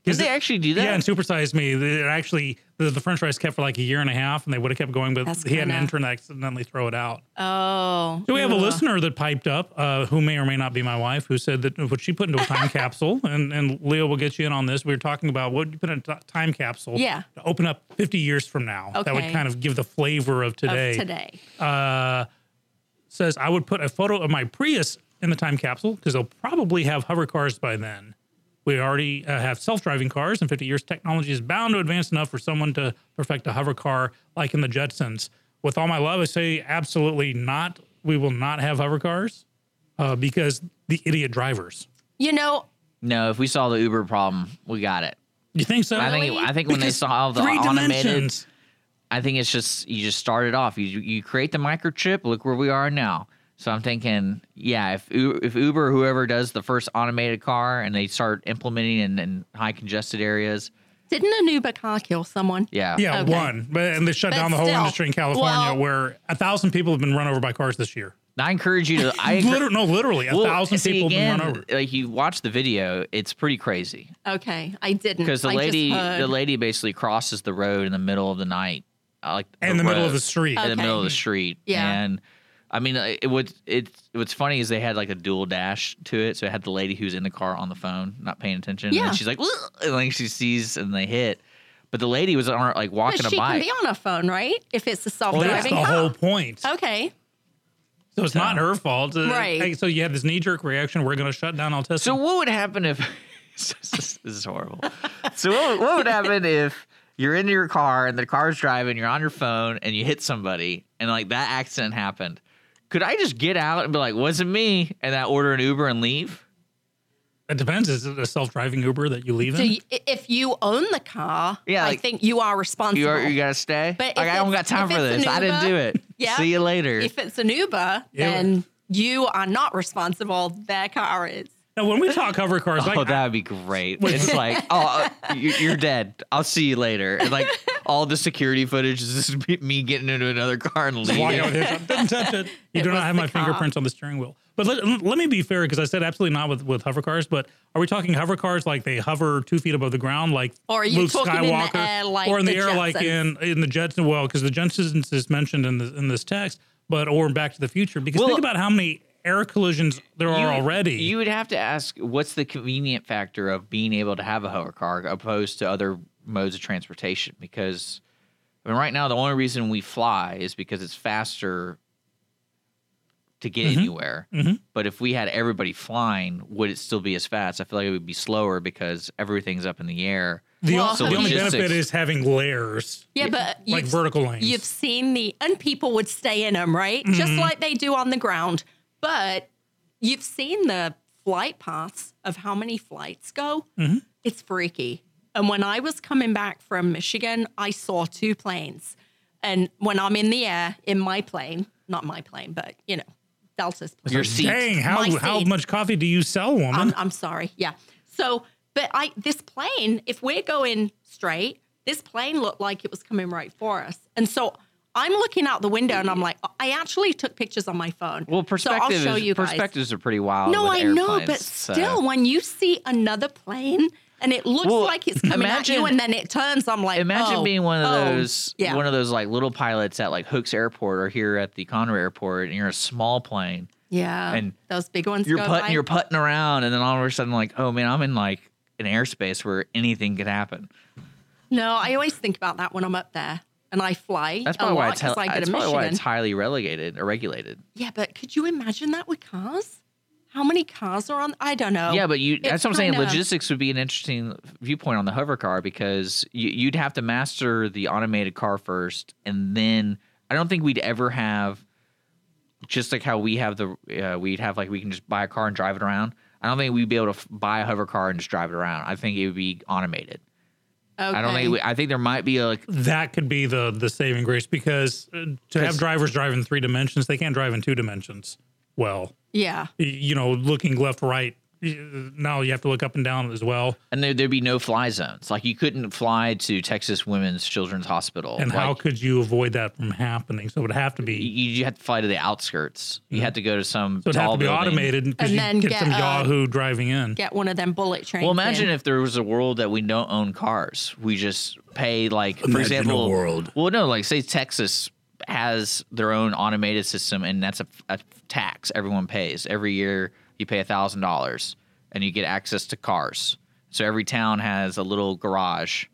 Did
Is
they
it-
actually do that?
Yeah, and supersized me. They actually the, the French fries kept for like a year and a half, and they would have kept going, but
That's
he had an
kinda-
intern that accidentally throw it out.
Oh,
So we have a
ugh.
listener that piped up, uh, who may or may not be my wife, who said that what she put into a time capsule, and, and Leo will get you in on this. We were talking about what you put in a t- time capsule,
Yeah.
to open up 50 years from now. That would
Okay.
kind of give the flavor of
Of
today.
today.
Says I would put a photo of my Prius in the time capsule because they'll probably have hover cars by then. We already uh, have self-driving cars. In 50 years, technology is bound to advance enough for someone to perfect a hover car like in the Jetsons. With all my love, I say absolutely not. We will not have hover cars uh, because the idiot drivers.
You know,
No, if we saw the Uber problem, we got it.
You think so?
I think I think when they
Because
saw the
three
automated,
dimensions.
I think it's just you just start it off. You you create the microchip. Look where we are now. So I'm thinking, yeah, if U- if Uber whoever does the first automated car and they start implementing in, in high congested areas,
didn't an Uber car kill someone?
yeah,
Yeah,
Okay.
one. But and they shut
But
down the whole
still,
industry in California,
well-
where a thousand people have been run over by cars this year.
I encourage you to. I encour-
Literally, no, literally, a
Well,
thousand
see,
people
again,
have been run over.
Like you watch the video, it's pretty crazy.
Okay, I
Mm.
didn't.
because the
I just
lady
heard.
the lady basically crosses the road in the middle of the night uh, like
In the middle of
road,
the street.
in the
Okay.
middle of the street
Yeah.
and i mean uh, it would it's what's funny is they had like a dual dash to it so it had the lady who's in the car on the phone not paying attention
Yeah.
and she's like "Ugh," and like she sees and they hit but the lady was on her, like
But
walking
she
a
can
bike
be on her phone, right? If it's a
Well,
self-driving
that's the
car.
whole point.
okay.
So it's not her fault. Uh,
Right.
hey, So you have this knee jerk reaction. We're going to shut down all testing.
so what would happen if this is horrible so what, what would happen if you're in your car and the car's driving you're on your phone and you hit somebody and like that accident happened could i just get out and be like wasn't me and I order an uber and leave
it depends. Is it a self driving Uber that you leave
So
in?
y- i- if you own the car,
Yeah,
I
like-
think you are responsible.
you are you gotta stay
But if
like i don't got
it's-
time
if
for
it's an
this i didn't
Uber,
do it
yeah.
see you later
if it's an Uber,
Yeah.
then you are not responsible. Their car is.
now, when we talk hover cars,
Oh,
like,
that would be great. It's like, oh, uh, you- you're dead. I'll see you later. And like all the security footage is just me- me getting into another car and
I
leaving.
walk out with this, didn't touch it. You
It
do
was
not have
the
my
car.
fingerprints on the steering wheel. But let, let me be fair because I said absolutely not with, with hover cars. But are we talking hover cars like they hover two feet above the ground, like
Or are you
Luke
talking in the
Skywalker,
air like
or in the,
the
air like in
Jetsons?
in the Jetsons? Well, because the Jetsons is mentioned in the, in this text, but or in Back to the Future. Because
Well-
think about how many air collisions there are
you-
already.
You would have to ask what's the convenient factor of being able to have a hover car opposed to other modes of transportation? Because I mean, right now the only reason we fly is because it's faster to get
Mm-hmm.
anywhere. But if we had everybody flying, would it still be as fast? I feel like it would be slower because everything's up in the air.
The,
Well,
o-
so
the only
logistics-
benefit is having layers.
Yeah, but
Like
you've-
vertical Mm-hmm. lanes.
You've seen the and people would stay in them, right? Just like they do on the ground. But you've seen the flight paths of how many flights go.
Mm-hmm.
It's freaky. And when I was coming back from Michigan, I saw two planes. And when I'm in the air in my plane, not my plane, but you know, Delta's plane.
Your seat.
Dang,
My
how, how
seat.
much coffee do you sell, woman?
I'm, I'm sorry. Yeah. So, but I this plane, if we're going straight, this plane looked like it was coming right for us, And so I'm looking out the window and I'm like, I actually took pictures on my phone.
Well, perspective
So I'll show
is,
you guys.
perspectives are pretty wild.
No,
with
I know, but
airplanes, so-
still, when you see another plane and it looks
Well,
like it's coming at you
imagine-
and then it turns, I'm like,
Imagine
oh,
being one of
oh,
those
yeah.
one of those like little pilots at like Hooks Airport or here at the Conroe Airport, and you're a small plane.
yeah,
and
those big ones.
You're
go
putting
by.
you're putting around, and then all of a sudden, like, oh man, I'm in like an airspace where anything could happen.
No, I always think about that when I'm up there and I fly.
That's
a
probably
lot
why it's
'cause
hel-
I get
that's
a
probably why
Michigan.
it's highly relegated or regulated.
Yeah, but could you imagine that with cars? How many cars are on? I don't know.
Yeah, but you that's
It's
what I'm saying.
kinda-
Logistics would be an interesting viewpoint on the hover car because you, you'd have to master the automated car first, and then I don't think we'd ever have just like how we have the uh, we'd have like we can just buy a car and drive it around. I don't think we'd be able to f- buy a hover car and just drive it around. I think it would be automated.
okay.
I don't think we, I think there might be like
That could be the the saving grace because uh, to have drivers drive in three dimensions, they can't drive in two dimensions. Well,
yeah.
y- you know, looking left, right. y- Now you have to look up and down as well.
and there, there'd be no fly zones. Like you couldn't fly to Texas Women's Children's Hospital.
And
like,
how could you avoid that from happening? So it would have to
you,
be.
you had to fly to the outskirts. You had to go to some.
So it'd have
tall
to be
building.
automated because
And
you
then
get,
get,
some
uh,
Yahoo driving in.
Get one of them bullet trains.
Well, imagine
in.
if there was a world that we don't own cars. We just pay like, for
Imagine a
example,
world.
Well, no, like say Texas has their own automated system, and that's a, a tax everyone pays every year. You pay a thousand dollars, and you get access to cars. So every town has a little garage,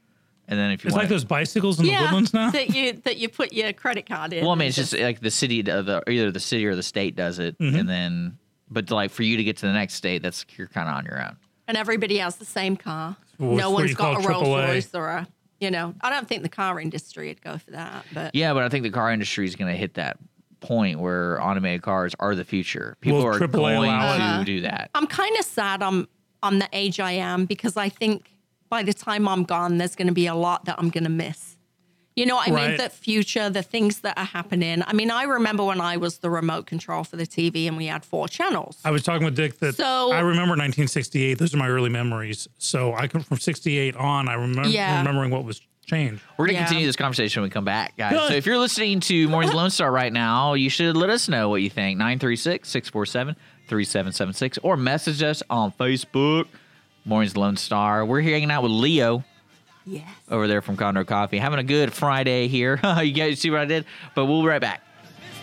and then if you
It's
want,
like those bicycles in the
yeah,
woodlands now.
that you that you put your credit card in.
well, I mean, it's just like the city, of the, either the city or the state does it,
Mm-hmm.
and then but like for you to get to the next state, that's you're kind of on your own.
and everybody has the same car.
Well, it's
no
what
one's
you call
got a Rolls
AAA.
Royce or a you know. I don't think the car industry would go for that, but
Yeah, but I think the car industry is going to hit that point where automated cars are the future. People
Will
are
AAA
going
allow it?
to do that.
I'm kind of sad I'm I'm the age I am because I think by the time I'm gone, there's going to be a lot that I'm going to miss. You know what I
Right.
mean? The future, the things that are happening. I mean, I remember when I was the remote control for the TV and we had four channels.
I was talking with Dick that
So-
I remember 1968. Those are my early memories. So I come from 68 on. I remember
Yeah.
remembering what was changed.
We're going to
Yeah.
continue this conversation when we come back, guys.
Good.
So if you're listening to Morning's Lone Star right now, you should let us know what you think. 936 647 3776 or message us on Facebook, Morning's Lone Star. We're here hanging out with Leo
Yes.
over there from Condor Coffee, having a good Friday here. you guys see what I did? But we'll be right back.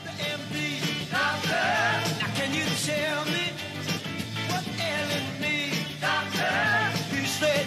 MD doctor. Now can you tell me what ailing me, doctor? You said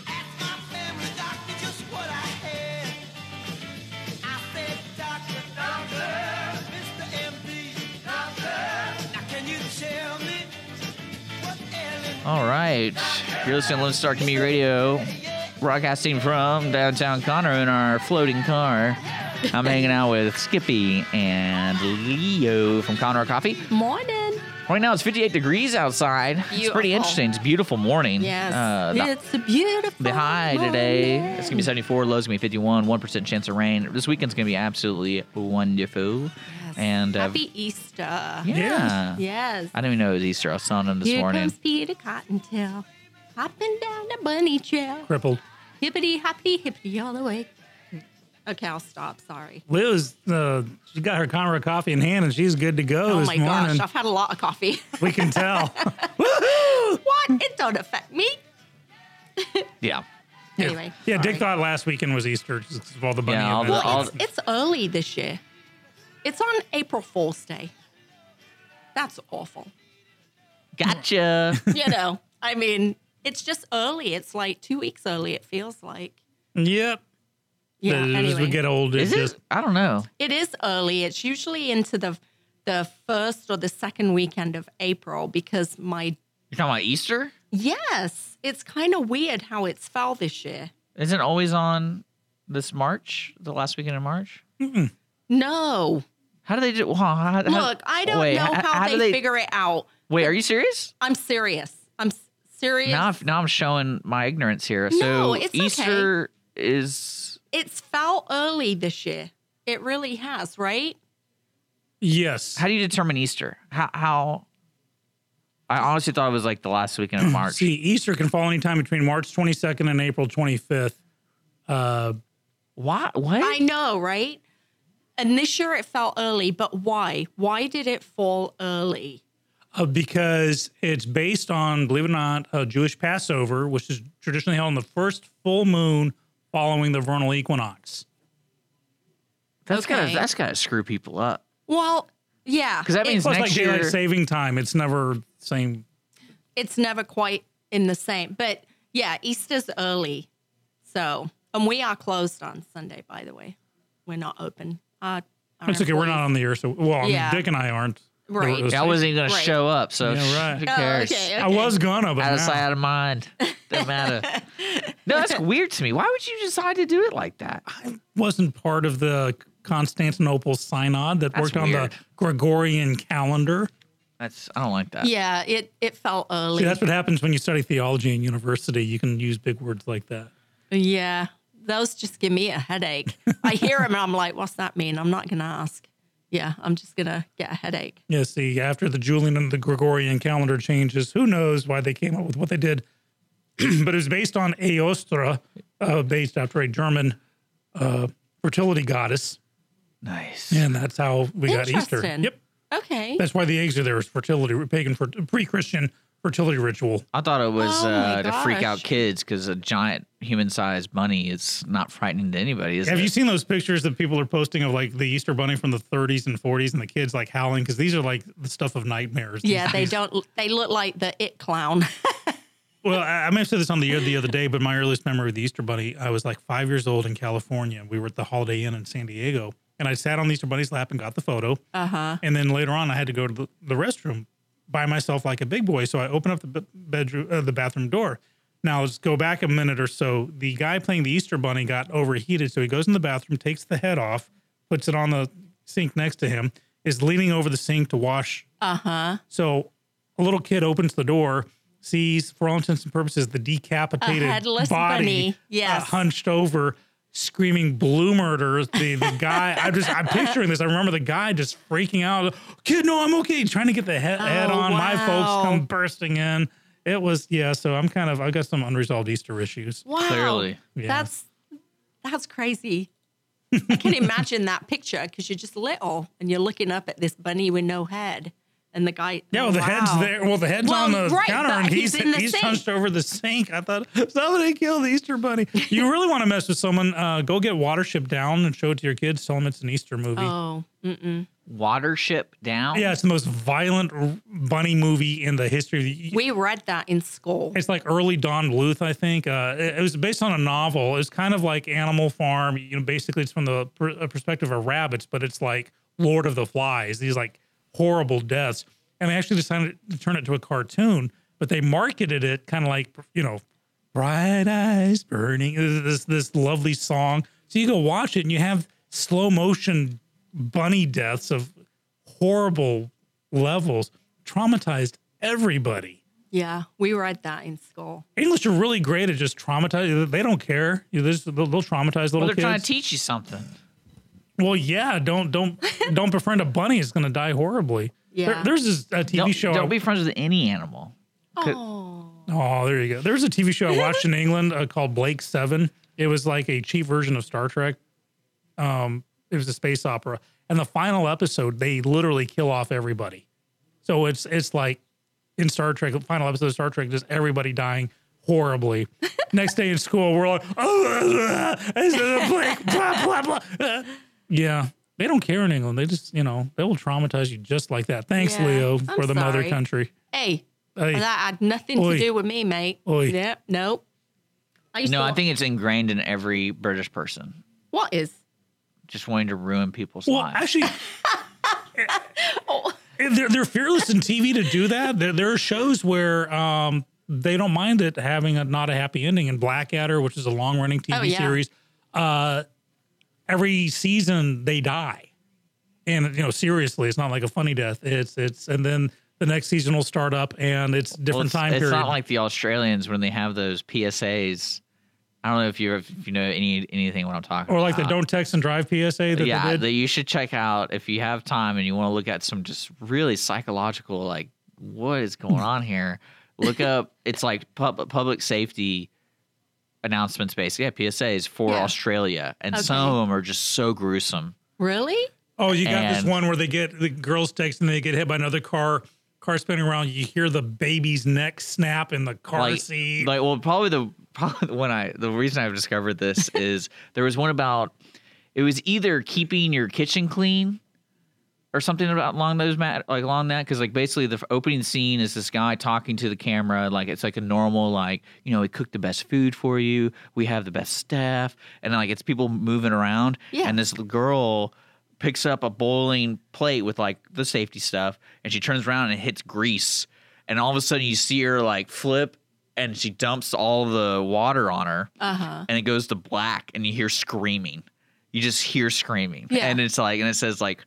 asked my family doctor just what I had. I said, doctor, doctor, Mr. MD doctor. Now can you tell me what ailing
All right. You're listening to Lone Star Community Radio, broadcasting from downtown Conroe in our floating car. I'm hanging out with Skippy and Leo from Conroe Coffee.
Morning.
Right now, it's 58 degrees outside. It's pretty
Beautiful.
interesting. It's a beautiful morning.
Yes.
Uh, the,
it's a beautiful.
the high today,
morning.
it's going to be 74, low's going to be 51, 1% chance of rain. This weekend's going to be absolutely wonderful. And uh,
Happy Easter.
yeah.
Yes.
I didn't even know it was Easter. I was telling him this
Here
morning.
comes Peter Cottontail, hopping down the bunny trail.
Crippled.
Hippity hoppity hippity all the way. Mm. Okay, I'll stop. Sorry.
Liz, uh, she got her Conroe coffee in hand and she's good to go
Oh
this
my
morning.
gosh, I've had a lot of coffee.
We can tell.
what? It don't affect me.
yeah.
Anyway.
yeah, Dick
sorry.
thought last weekend was Easter. just of all the bunny
Yeah, all the-
events.
all
Well, it's, it's early this year. It's on April Fool's Day. That's awful.
Gotcha.
You know, I mean, it's just early. It's like two weeks early, it feels like.
yep.
Yeah,
As
anyway.
we get older,
Is
just
it? I don't know.
It is early. It's usually into the the first or the second weekend of April because my
You're talking about Easter?
yes, it's kind of weird how it's fell this year.
Isn't it always on this March, the last weekend in March?
No,
How do they do? Well, how, how-
Look, I don't
wait,
know
h-
how,
do
they, figure it out.
Wait, are you serious?
I'm serious. I'm s- serious.
Now, I've, now I'm showing my ignorance here. so
No, it's okay.
Easter is
it's fell early this year. It really has, right?
Yes.
how do you determine Easter? How how? I honestly thought it was like the last weekend of March.
See, Easter can fall anytime between March 22nd and April 25th.
Why? What?
I know, right? And this year it fell early, but why? Why did it fall early?
uh, because it's based on, believe it or not, a Jewish Passover, which is traditionally held on the first full moon following the vernal equinox.
that's gotta
okay.
that's gotta screw people up
Well, yeah.
because that
it-
means
Plus, like
next
daylight
year.
saving time, it's never same.
it's never quite in the same. But yeah, Easter's early. So, and we are closed on Sunday, by the way. We're not open. Our, our
It's okay. We're not
employees-
on the air, so well, I mean,
Yeah.
Dick and I aren't.
Right.
It was-
I wasn't even gonna
Right.
show up, so
Yeah,
sh-
right.
who
Oh,
cares?
okay,
I was gonna, but
Out of
now-
sight, out of mind. Doesn't matter. no, that's weird to me. Why would you decide to do it like that?
wasn't part of the Constantinople Synod that
That's
worked on
weird.
the Gregorian calendar.
That's I don't like that.
Yeah, it, it fell early.
See, that's what happens when you study theology in university. You can use big words like that.
Yeah, those just give me a headache. I hear them and I'm like, what's that mean? I'm not going to ask. Yeah, I'm just going to get a headache.
Yeah, see, after the Julian and the Gregorian calendar changes, who knows why they came up with what they did. but it was based on Aostra, uh, based after a German uh, fertility goddess.
Nice.
And that's how we got Easter.
Interesting.
Yep.
Okay.
That's why the eggs are there is fertility, pagan, pre Christian fertility ritual.
I thought it was
Oh my
uh, to freak out
gosh.
kids because a giant human-sized bunny is not frightening to anybody. Is
Have
it?
you seen those pictures that people are posting of like the Easter bunny from the 30s and 40s and the kids like howling? Because these are like the stuff of nightmares. These
Yeah, they
things-
don't, they look like the it clown.
Well, I, I may have said this on the air the other day, but my earliest memory of the Easter Bunny, I was like five years old in California. We were at the Holiday Inn in San Diego, and I sat on the Easter Bunny's lap and got the photo. Uh huh. And then later on, I had to go to the, the restroom by myself like a big boy. So I opened up the b- bedroom, uh, the bathroom door. Now let's go back a minute or so. The guy playing the Easter Bunny got overheated, so he goes in the bathroom, takes the head off, puts it on the sink next to him, is leaning over the sink to wash
Uh-huh.
so a little kid opens the door, sees, for all intents and purposes, the decapitated
A headless
body
bunny,
uh,
yes.
hunched over, screaming blue murder. The the guy, I just I'm picturing this. I remember the guy just freaking out. Kid, no, I'm okay. Trying to get the head, head on. My
Oh, wow.
folks come bursting in. It was yeah. So I'm kind of I've got some unresolved Easter issues.
Wow.
Clearly.
Yeah.
That's, that's crazy. I can imagine that picture because you're just little and you're looking up at this bunny with no head. And the guy,
Yeah,
oh,
well, the head's
wow.
there. Well, the head's
Well,
on the
right,
counter,
but
and
he's
he's
in
he's,
the sink.
hunched over the sink. I thought somebody killed the Easter bunny. You really want to mess with someone? Uh, go get Watership Down and show it to your kids. Tell them it's an Easter movie.
Oh,
Watership down?
Yeah, it's the most violent r- bunny movie in the history. of the-
we read that in school.
It's like early Don Bluth, I think. Uh, it, it was based on a novel. It's kind of like Animal Farm. You know, basically, it's from the per, uh, perspective of rabbits, but it's like Lord of the Flies. These like horrible deaths, and they actually decided to turn it to a cartoon. But they marketed it kind of like you know, bright eyes burning. This this lovely song. So you go watch it, and you have slow motion bunny deaths of horrible levels, traumatized everybody.
Yeah, we read that in school.
English are really great at just traumatizing. They don't care. You know, they just- they'll, they'll traumatize little
Well, they're trying
kids.
to teach you something.
well, yeah. Don't don't don't befriend a bunny. It's going to die horribly.
Yeah.
There- there's this, a TV
Don't,
show. I-
don't be friends with any animal.
oh, there you go. There's a TV show I watched in England uh, called Blake Seven. It was like a cheap version of Star Trek. Um, it was a space opera, and the final episode they literally kill off everybody. So it's it's like in Star Trek, the final episode of Star Trek, just everybody dying horribly. Next day in school, we're like, oh, it's a blink, blah, blah, blah. Uh, Yeah. They don't care in England. They just, you know, they will traumatize you just like that. Thanks,
Yeah.
Leo,
I'm
for the mother
sorry.
country.
Hey,
Hey,
that had nothing
Oi.
to do with me, mate.
Oi.
Yep, nope. I used
No,
to
I
wa-
think it's ingrained in every British person.
what is
Just wanting to ruin people's
well,
lives.
actually, eh, they're, they're fearless in TV to do that. There, there are shows where um, they don't mind it having a not a happy ending. And Blackadder, which is a long running TV
Oh, yeah.
series, uh, every season they die. and you know seriously, it's not like a funny death. It's it's and then the next season will start up and it's different
Well, it's,
time
it's
period.
not like the Australians when they have those PSAs. I don't know if you if you know any anything what I'm talking
or
about.
like the don't text and drive PSA that
uh, yeah,
they did.
that you should check out if you have time and you want to look at some just really psychological, like what is going on here. Look up. It's like pub- public safety announcements, basically. Yeah, PSAs for
Yeah.
Australia, and
Okay.
some of them are just so gruesome.
Really?
Oh, you got this
And-
one where they get the girls text and they get hit by another car. Car spinning around, you hear the baby's neck snap in the car
like,
seat.
like, well, probably the probably the one I the reason I've discovered this is there was one about it was either keeping your kitchen clean or something about along those mat like along that because like basically the f- opening scene is this guy talking to the camera like it's like a normal like you know we cooked the best food for you we have the best staff and like it's people moving around
Yeah.
and this girl picks up a bowling plate with like the safety stuff and she turns around and hits grease and all of a sudden you see her like flip and she dumps all the water on her
Uh-huh.
and it goes to black and you hear screaming you just hear screaming
Yeah.
and it's like and it says like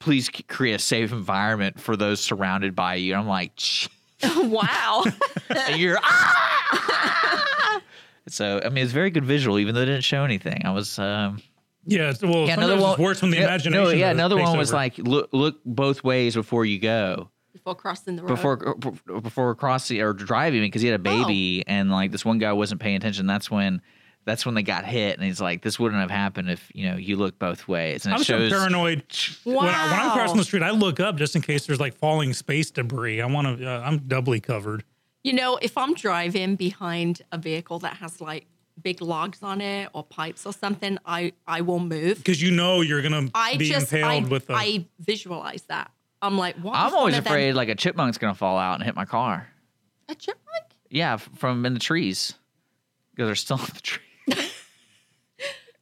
please c- create a safe environment for those surrounded by you and i'm like "Gee."
wow.
and you're "Ah!" so i mean it's very good visual even though it didn't show anything i was um
yeah, it's- well,
yeah,
sometimes
another one
it's worse when the
yeah,
imagination.
No, yeah,
of it
another
takes
one was
over.
like look look both ways before you go
Before crossing the road.
before uh, before crossing or driving because he had a
Oh.
baby and like this one guy wasn't paying attention. That's when that's when they got hit and he's like, this wouldn't have happened if you know you look both ways and it
I'm so
shows.
paranoid. When, I, when I'm
Wow.
crossing the street, I look up just in case there's like falling space debris. I want to. Uh, I'm doubly covered.
You know, if I'm driving behind a vehicle that has like big logs on it or pipes or something, I I will move.
because you know you're gonna
I
be
just
impaled
I,
with a
I visualize that. I'm like, what? if
I'm
one
always
of them-
afraid like a chipmunk's gonna fall out and hit my car.
a chipmunk.
Yeah, f- from in the trees because they're still in the tree.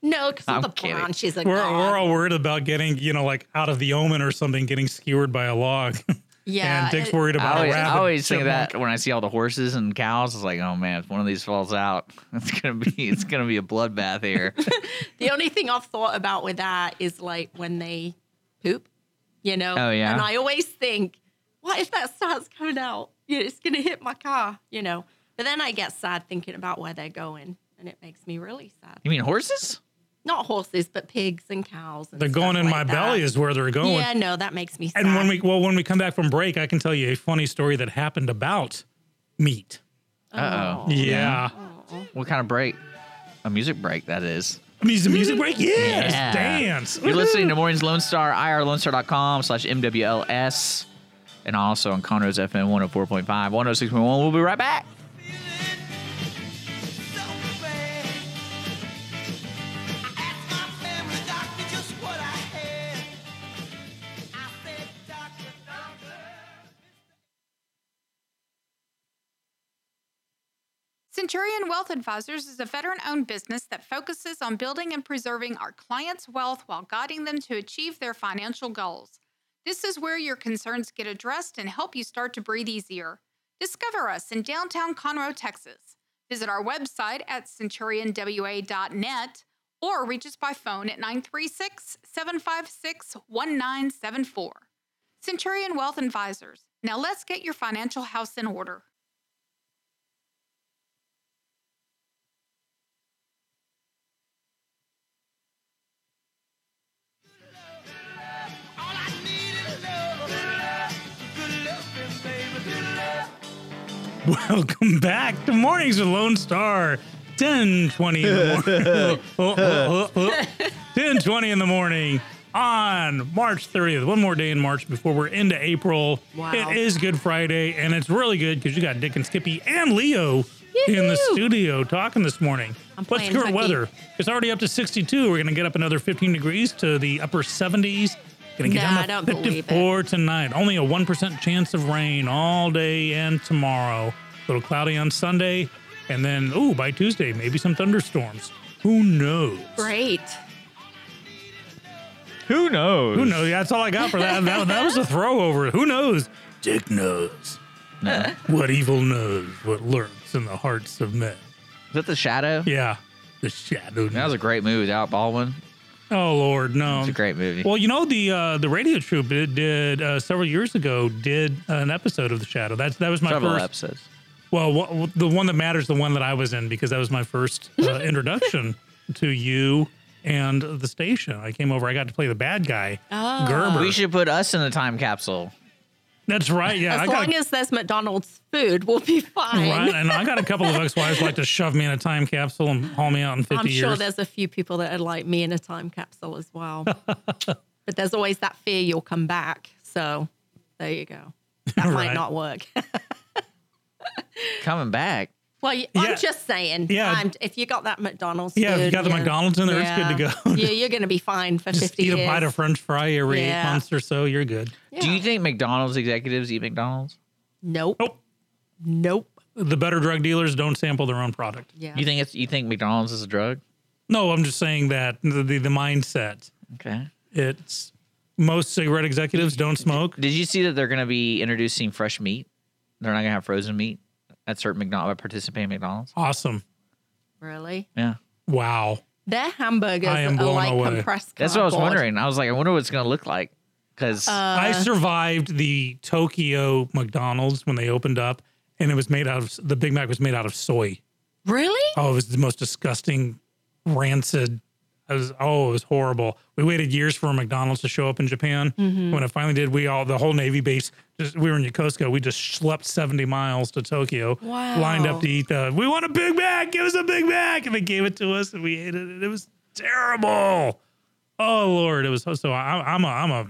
No, because
I'm
all the
kidding.
branches are
we're, we're
gone.
all worried about getting you know like out of the omen or something getting skewered by a log
yeah,
and dick's
it-
worried
I
about
always,
a
I
rabbit
always think of
chipmunk.
that when I see all the horses and cows. It's like, oh man, if one of these falls out, it's gonna be it's gonna be a bloodbath here.
The only thing I've thought about with that is like when they poop, you know?
Oh, yeah.
And I always think, what if that starts coming out? You know, it's going to hit my car, you know? But then I get sad thinking about where they're going, and it makes me really sad.
you mean horses?
Not horses, but pigs and cows. And
they're
stuff
going in
like
my
that.
belly is where they're going
Yeah, no, that makes me sad.
and when we well when we come back from break i can tell you a funny story that happened about meat
Uh oh.
yeah
What kind of break? A music break, that is.
i mean is the music break yes
Yeah.
dance
You're listening to Morning's Lone Star, irlonestar.com slash MWLS, and also on Conroe's FM 104.5, 106.1. We'll be right back.
Centurion Wealth Advisors is a veteran owned business that focuses on building and preserving our clients' wealth while guiding them to achieve their financial goals. This is where your concerns get addressed and help you start to breathe easier. Discover us in downtown Conroe, Texas. Visit our website at centurionwa.net or reach us by phone at 936 756 1974. Centurion Wealth Advisors. Now let's get your financial house in order.
All I need is love, love, good loving, baby, good love.
welcome back to mornings with lone star 10:20 in the Oh, morning 10:20 oh. in the morning on March 30th. One more day in March before we're into April.
Wow.
It is Good Friday, and it's really good because you got Dick and Skippy and Leo in the
Yoo-hoo.
studio talking this morning.
I'm
What's
playing
current
hooky.
weather? It's already up to 62. We're going to get up another 15 degrees to the upper 70s. Going to get
Nah, I
down
don't
to
believe it.
54 tonight. Only a 1% chance of rain all day and tomorrow. A little cloudy on Sunday. And then, ooh, by Tuesday, maybe some thunderstorms. Who knows?
Great.
Who knows?
Who knows? That's all I got for that. That, that was a throwover. Who knows? Dick knows.
No.
What evil knows what lurks in the hearts of men.
Is that The Shadow?
Yeah. The shadow.
That was a great movie without Baldwin.
Oh Lord, no!
It's a great movie.
Well, you know the uh, the radio troupe did, did uh, several years ago did an episode of The Shadow. That's that was my
Several
first.
episodes.
Well, wha- the one that matters, the one that I was in, because that was my first uh, introduction to you and the station. I came over. I got to play the bad guy,
Oh.
Gerber.
We should put us in a time capsule.
That's right. Yeah,
As
I
long
got.
as there's McDonald's food, we'll be fine.
Right, and I got a couple of ex-wives like to shove me in a time capsule and haul me out in 50
I'm
years.
sure there's a few people that are like me in a time capsule as well. but there's always that fear you'll come back. So there you go. That
Right.
might not work.
Coming back.
well, you,
Yeah.
I'm just saying.
Yeah.
And if you got that McDonald's,
Yeah, if you
food,
got the McDonald's in there, it's good to go.
yeah, you're going to be fine for
Just
50
eat
years.
a bite of French fry every eight
Yeah.
months or so. You're good.
Do
Yeah.
you think McDonald's executives eat McDonald's?
Nope.
Nope.
Nope.
The better drug dealers don't sample their own product.
Yeah.
You think it's you think McDonald's is a drug?
No, I'm just saying that the the, the mindset.
Okay.
It's most cigarette executives don't smoke.
Did you see that they're going to be introducing fresh meat? They're not going to have frozen meat at certain McDonald's participating McDonald's.
Awesome.
really?
Yeah.
Wow.
Their hamburgers
I am
are
blown
like
away.
compressed
That's what I was
cardboard.
wondering. I was like, I wonder what it's going to look like because
Uh,
I survived the Tokyo McDonald's when they opened up, and it was made out of the Big Mac was made out of soy.
Really?
Oh, it was the most disgusting, rancid. I was oh, it was horrible. We waited years for a McDonald's to show up in Japan.
Mm-hmm.
When it finally did, we all the whole Navy base. Just, we were in Yokosuka. We just schlepped seventy miles to Tokyo. Lined
Wow.
up to eat the. We want a Big Mac. Give us a Big Mac, and they gave it to us, and we ate it. And it was terrible. Oh Lord, it was so. so I, I'm a I'm a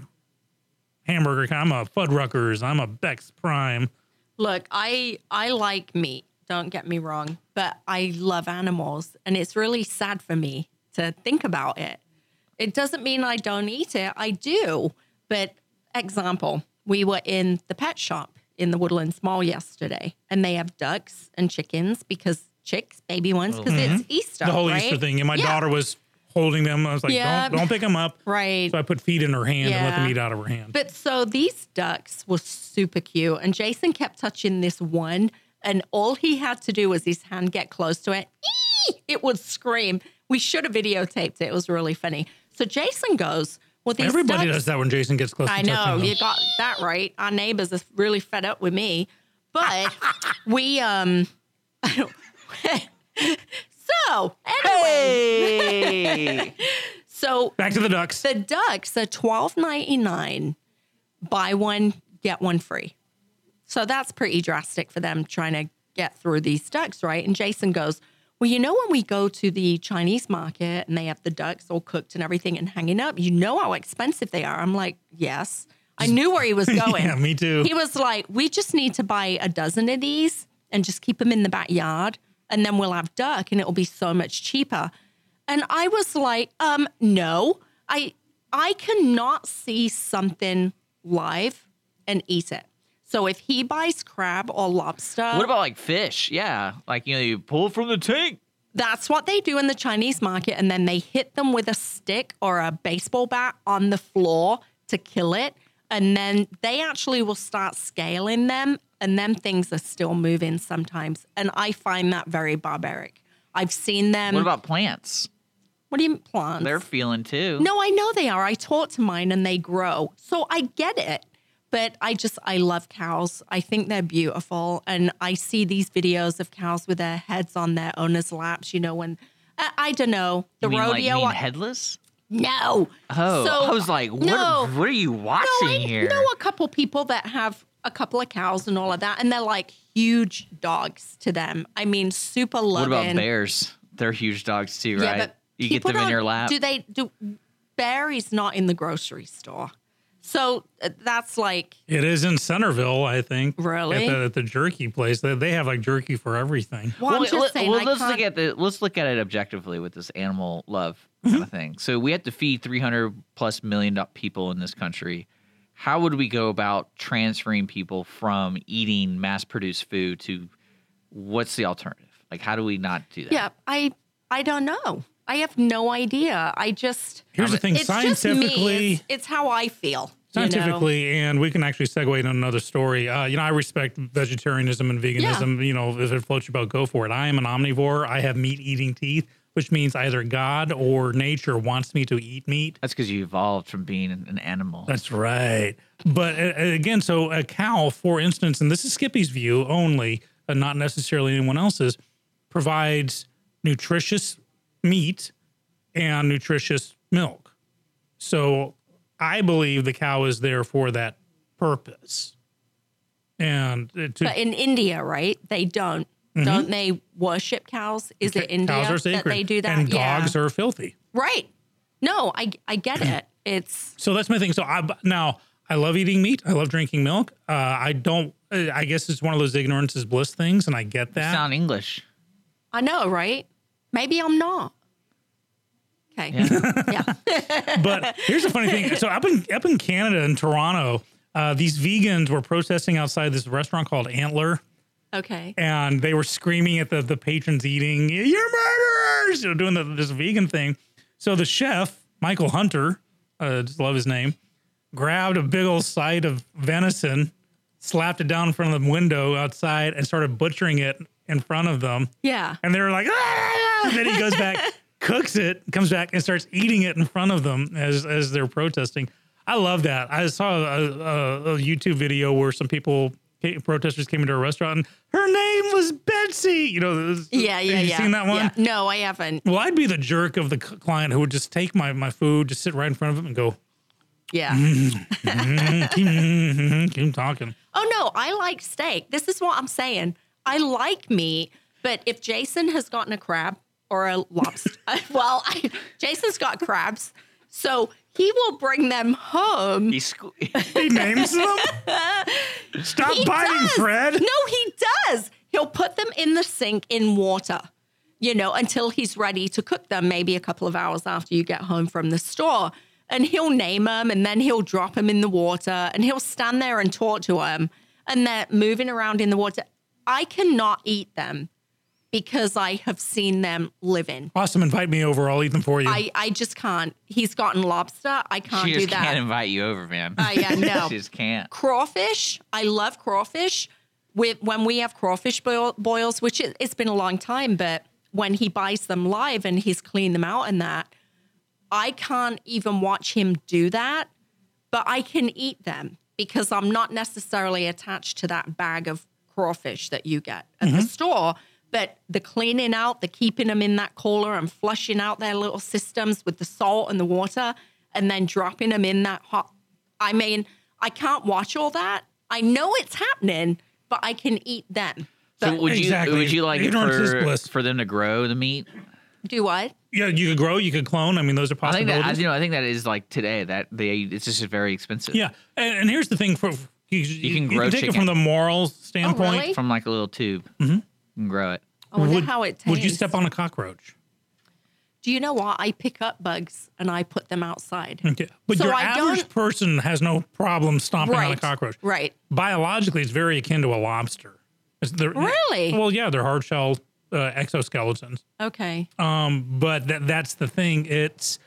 hamburger. kind- I'm a Fuddruckers. I'm a Beck's Prime.
Look, I I like meat. Don't get me wrong, but I love animals, and it's really sad for me to think about it. It doesn't mean I don't eat it. I do. But example, we were in the pet shop in the Woodlands Mall yesterday, and they have ducks and chickens because chicks, baby ones, because it's Easter.
Mm-hmm. The whole
right?
Easter thing. And my
Yeah.
daughter was holding them. I was like,
Yeah.
don't don't pick them up.
Right.
So I put feet in her hand and let
Yeah.
them eat out of her hand.
But so these ducks were super cute, and Jason kept touching this one, and all he had to do was his hand get close to it. Eee! It would scream. We should have videotaped it. It was really funny. So Jason goes, "Well, these
Everybody
ducks,
does that when Jason gets close
I
to
know
touching
you
them.
got that right. Our neighbors are really fed up with me, but we um. so anyway,
hey,
so
Back to the ducks.
the ducks are twelve ninety nine. Buy one, get one free. So that's pretty drastic for them trying to get through these ducks, right? And Jason goes, Well, you know, when we go to the Chinese market and they have the ducks all cooked and everything and hanging up, you know how expensive they are. I'm like, Yes. I knew where he was going.
Yeah, me too.
He was like, We just need to buy a dozen of these and just keep them in the backyard. And then we'll have duck and it'll be so much cheaper. And I was like, um, no, I I cannot see something live and eat it. So if he buys crab or lobster,
what about like fish? Yeah, like you know, you pull from the tank.
that's what they do in the Chinese market, and then they hit them with a stick or a baseball bat on the floor to kill it. And then they actually will start scaling them, and them things are still moving sometimes. And I find that very barbaric. I've seen them.
What about plants?
what do you mean plants?
They're feeling too.
No, I know they are. I talk to mine and they grow. So I get it. But I just, I love cows. I think they're beautiful. And I see these videos of cows with their heads on their owner's laps, you know, when, I, I don't know, the
you mean, like, you
rodeo.
mean
I-
headless.
no.
Oh,
So-
I was like, what?
no.
What are you watching
No, I
here?
know a couple people that have a couple of cows and all of that. And they're like huge dogs to them. I mean, super
what
loving.
about bears? They're huge dogs too, right? you get
people
them in your
don't-
lap.
Do they do? Barry's not in the grocery store, so uh, that's like
It is in Centerville, I think.
Really?
At the, at the jerky place. They, they have like jerky for everything.
well, I'm
Well,
just
let-
saying.
well,
I
let's
can't-
look at the let's look at it objectively with this animal love
Mm-hmm.
kind of thing. So we have to feed 300 plus million do- people in this country. How would we go about transferring people from eating mass-produced food to what's the alternative? Like, how do we not do that?
yeah, I I don't know. I have no idea. I just
Here's the thing
Um, it's just
scientifically.
me. It's, it's how I feel. you know?
scientifically and we can actually segue into another story uh, you know i respect vegetarianism and veganism you know if it floats your boat go for it i am an omnivore i have meat eating teeth which means either God or nature wants me to eat meat.
That's because you evolved from being an, an animal.
That's right. But uh, again, so a cow, for instance, and this is Skippy's view only, and not necessarily anyone else's, provides nutritious meat and nutritious milk. So I believe the cow is there for that purpose. And uh, to,
But in India, right? They don't. Don't they worship cows? Is it India
Mm-hmm. cows are sacred.
that they do that?
And
yeah.
dogs are filthy.
right. No, I I get it. It's
So that's my thing. So I now I love eating meat. I love drinking milk. Uh, I don't. uh, I guess it's one of those ignorance is bliss things, and I get that.
Sound English.
I know, right? Maybe I'm not. Okay. Yeah.
but here's the funny thing. So up in up in Canada in Toronto, uh, these vegans were protesting outside this restaurant called Antler,
Okay.
and they were screaming at the the patrons eating. You're murderers! You know, doing the, this vegan thing. So the chef Michael Hunter, uh, just love his name, grabbed a big old side of venison, slapped it down in front of the window outside, and started butchering it in front of them.
Yeah.
And they were like, ah! And then he goes back, cooks it, comes back and starts eating it in front of them as as they're protesting. I love that. I saw a, a, a YouTube video where some people ca- protesters came into a restaurant and her name was Betsy. You know, this-
Yeah. Yeah.
have you
yeah.
seen that one?
Yeah. No, I haven't.
Well, I'd be the jerk of the c- client who would just take my my food, just sit right in front of him and go,
Yeah.
Mm-hmm. "Mhm, keep talking.
Oh no, I like steak. This is what I'm saying. I like meat, but if Jason has gotten a crab or a lobster, well, I, Jason's got crabs, so he will bring them home.
He sque-
He names them. Stop
He
biting,
does.
Fred.
No, he does. He'll put them in the sink in water, you know, until he's ready to cook them, maybe a couple of hours after you get home from the store. And he'll name them and then he'll drop them in the water and he'll stand there and talk to them. And they're moving around in the water. I cannot eat them because I have seen them living.
Awesome. Invite me over. I'll eat them for you.
I, I just can't. He's gotten lobster. I can't
she
do
just
that.
can't invite you over, man.
I, uh, no.
she just can't.
crawfish. I love crawfish. With when we have crawfish boil, boils, which it, it's been a long time, but when he buys them live and he's cleaned them out and that, I can't even watch him do that. But I can eat them because I'm not necessarily attached to that bag of crawfish that you get at
Mm-hmm.
the store. But the cleaning out, the keeping them in that cooler and flushing out their little systems with the salt and the water, and then dropping them in that hot I mean, I can't watch all that. I know it's happening, but I can eat them.
So
But
would you
Exactly.
would you like it
Ignorance is
for,
bliss.
for them to grow the meat?
do I?
yeah, you could grow, you could clone. I mean, those are
I think
possibilities.
that I, you know I think that is like today that they it's just very expensive.
Yeah, and, and here's the thing: for you, you
can
can,
grow
take it
chicken.
from the moral standpoint.
Oh, really?
from like a little tube mm-hmm. and grow it.
I wonder
Would-
how it tastes.
Would you step on a cockroach?
Do you know what? I pick up bugs and I put them outside.
Okay, but
So
your
I
average
don't-
person has no problem stomping on a
Right.
cockroach.
Right.
Biologically, it's very akin to a lobster. It's- they're-
Really?
Well, yeah, they're hard shell uh, exoskeletons.
Okay.
Um, but that that's the thing. It's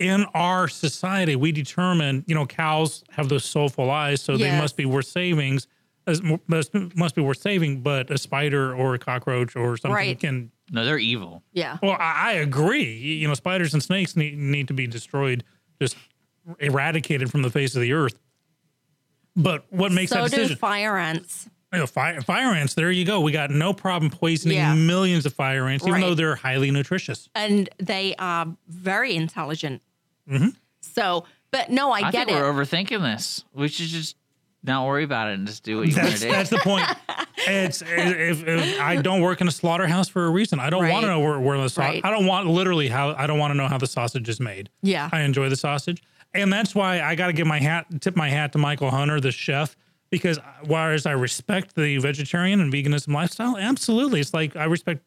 in our society we determine you know cows have those soulful eyes, so they
Yes.
must be worth savings. as- Must, must be worth saving, but a spider or a cockroach or something
Right.
can.
No, they're evil.
yeah.
Well, I, I agree. You you know, spiders and snakes need, need to be destroyed, just eradicated from the face of the earth. But what makes
so
that
do
decision?
fire ants.
You know, fire, fire ants. There you go. We got no problem poisoning
Yeah.
millions of fire ants, even
Right.
though they're highly nutritious.
And they are very intelligent.
Mm-hmm.
So, but no, I,
I,
get
think
it.
we're overthinking this. We should just not worry about it and just do what you want
That's
to do.
that's the point. It's if, if I don't work in a slaughterhouse for a reason. I don't want to
Right.
know where, where the sausage.
Right.
I don't want literally how I don't want to know how the sausage is made.
Yeah.
I enjoy the sausage, and that's why I got to give my hat tip my hat to Michael Hunter, the chef, because whereas I respect the vegetarian and veganism lifestyle, absolutely, it's like I respect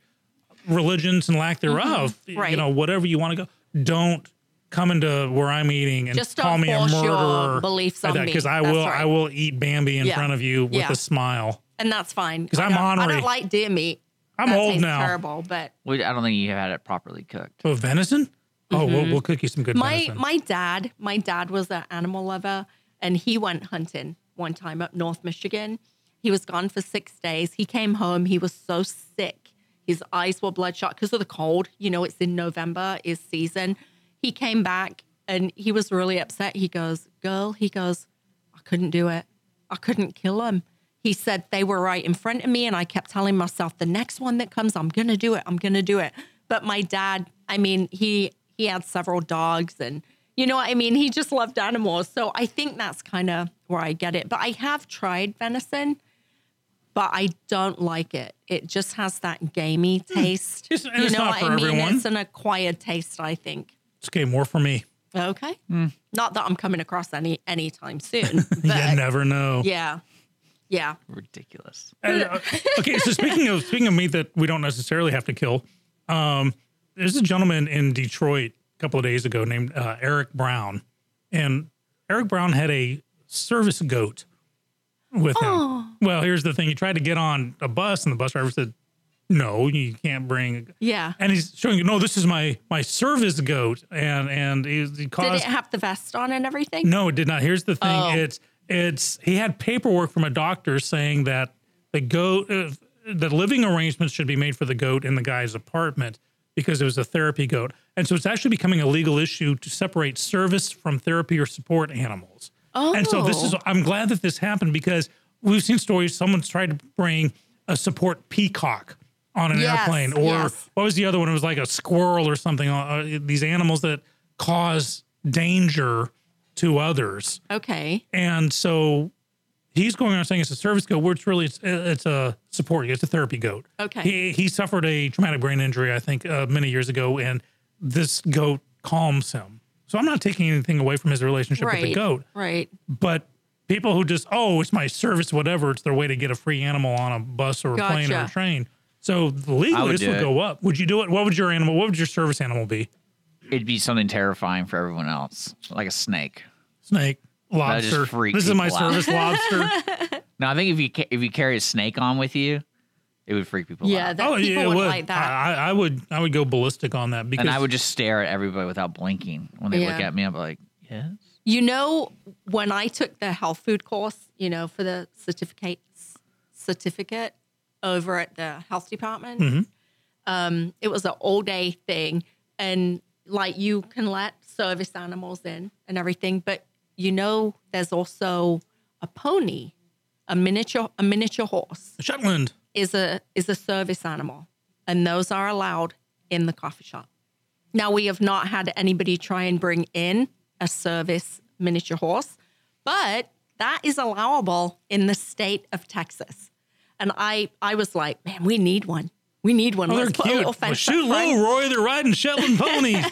religions and lack thereof. You
Mm-hmm. Right.
know, whatever you want to go, don't come into where I'm eating and
Just don't
call me a
force your
murderer
beliefs on me.
because I
That's
will
right.
I will eat Bambi in
Yeah.
front of you with
Yeah.
a smile.
and that's fine. Because
I'm
I
ornery.
don't like deer meat.
I'm
That
old
tastes
now.
terrible, but
We- I don't think you had it properly cooked.
Oh, venison? Oh, we'll, we'll cook you some good
Mm-hmm. my
venison.
my dad my dad was an animal lover and he went hunting one time up north michigan he was gone for six days he came home he was so sick His eyes were bloodshot because of the cold. You know, it's in November, is season. He came back and he was really upset. He goes, Girl, he goes, I couldn't do it. I couldn't kill him. He said they were right in front of me. And I kept telling myself, the next one that comes, I'm going to do it. I'm going to do it. But my dad, I mean, he, he had several dogs and you know what I mean? He just loved animals. So I think that's kind of where I get it. But I have tried venison, but I don't like it. It just has that gamey taste.
Hmm. It's- and
you
it's
know
not
what
for
I mean?
everyone.
It's an acquired taste, I think.
It's okay, more for me.
Okay.
Hmm.
Not that I'm coming across any anytime soon. But
you never know.
yeah. Yeah.
Ridiculous.
And, uh, okay, so speaking of speaking of meat that we don't necessarily have to kill, um, there's a gentleman in Detroit a couple of days ago named uh, Eric Brown, and Eric Brown had a service goat with him. Well, here's the thing: he tried to get on a bus, and the bus driver said, "No, you can't bring."
Yeah.
And he's showing you, "No, this is my my service goat," and and he, he
Did
caused
it have the vest on and everything?
no, it did not. Here's the thing:
Oh.
it's it's he had paperwork from a doctor saying that the goat, uh, the living arrangements should be made for the goat in the guy's apartment because it was a therapy goat, and so it's actually becoming a legal issue to separate service from therapy or support animals. And so this is
Oh.
I'm glad that this happened because we've seen stories someone's tried to bring a support peacock on an
Yes,
airplane or
yes.
what was the other one? It was like a squirrel or something. Uh, these animals that cause danger to others,
Okay.
and so he's going on saying it's a service goat, where it's really it's, it's a support, it's a therapy goat.
Okay.
He he suffered a traumatic brain injury, I think, uh, many years ago, and this goat calms him. So I'm not taking anything away from his relationship with the
Right.
goat,
Right.
but. People who just oh it's my service whatever it's their way to get a free animal on a bus or a plane or a
Gotcha.
train so legally
I would
this
do
would
it.
go up would you do it what would your animal what would your service animal be
It'd be something terrifying for everyone else, like a snake.
snake,
That'd just
lobster.
freak
This is my
people out.
service lobster.
Now, I think if you ca- if you carry a snake on with you, it would freak people
Yeah.
out.
That people
Oh, it Ah.
would, like that.
I, I- I would I would go ballistic on that because
And I would just stare at everybody without blinking when they look
Yeah.
at me. I'm like, yes.
You know, when I took the health food course, you know, for the certificate certificate over at the health department, um, it was an all day thing, and like you can let service animals in and everything, but you know, there's also a pony, a miniature a miniature horse
Shetland.
is a is a service animal, and those are allowed in the coffee shop. Now we have not had anybody try and bring in a service miniature horse, but that is allowable in the state of Texas. And I I was like, man, we need one. We need one.
Oh, they're
Let's put a
cute.
little
Well,
fence up
shoot
front.
low, Roy. They're riding Shetland ponies.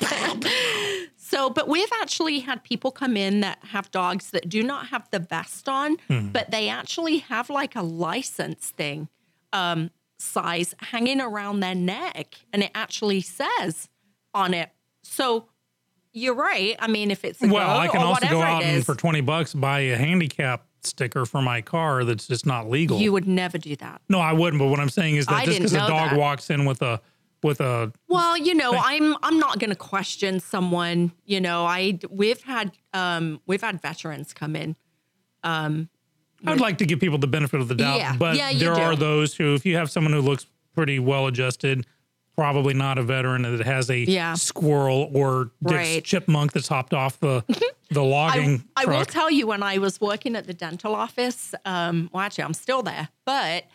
So, but we've actually had people come in that have dogs that do not have the vest on,
Hmm.
but they actually have like a license thing um, size hanging around their neck. And it actually says on it. So you're right. I mean, if it's a
well,
goat
I can
or
also go
whatever
out
it
and
is,
for twenty bucks buy a handicap sticker for my car that's just not legal.
you would never do that.
no, I wouldn't. But what I'm saying is that
I
just
didn't
because a
know
dog
that.
walks in with a with a
Well, you know, I'm I'm not going to question someone. You know, I we've had um we've had veterans come in
I'd like to give people the benefit of the doubt,
Yeah.
but
Yeah, you
there
do.
are those who, if you have someone who looks pretty well adjusted, probably not a veteran that has a
Yeah.
squirrel or Dick's
Right. Mm-hmm.
chipmunk that's hopped off the the logging
I, I will
truck.
tell you, when I was working at the dental office, um, well, actually, I'm still there, but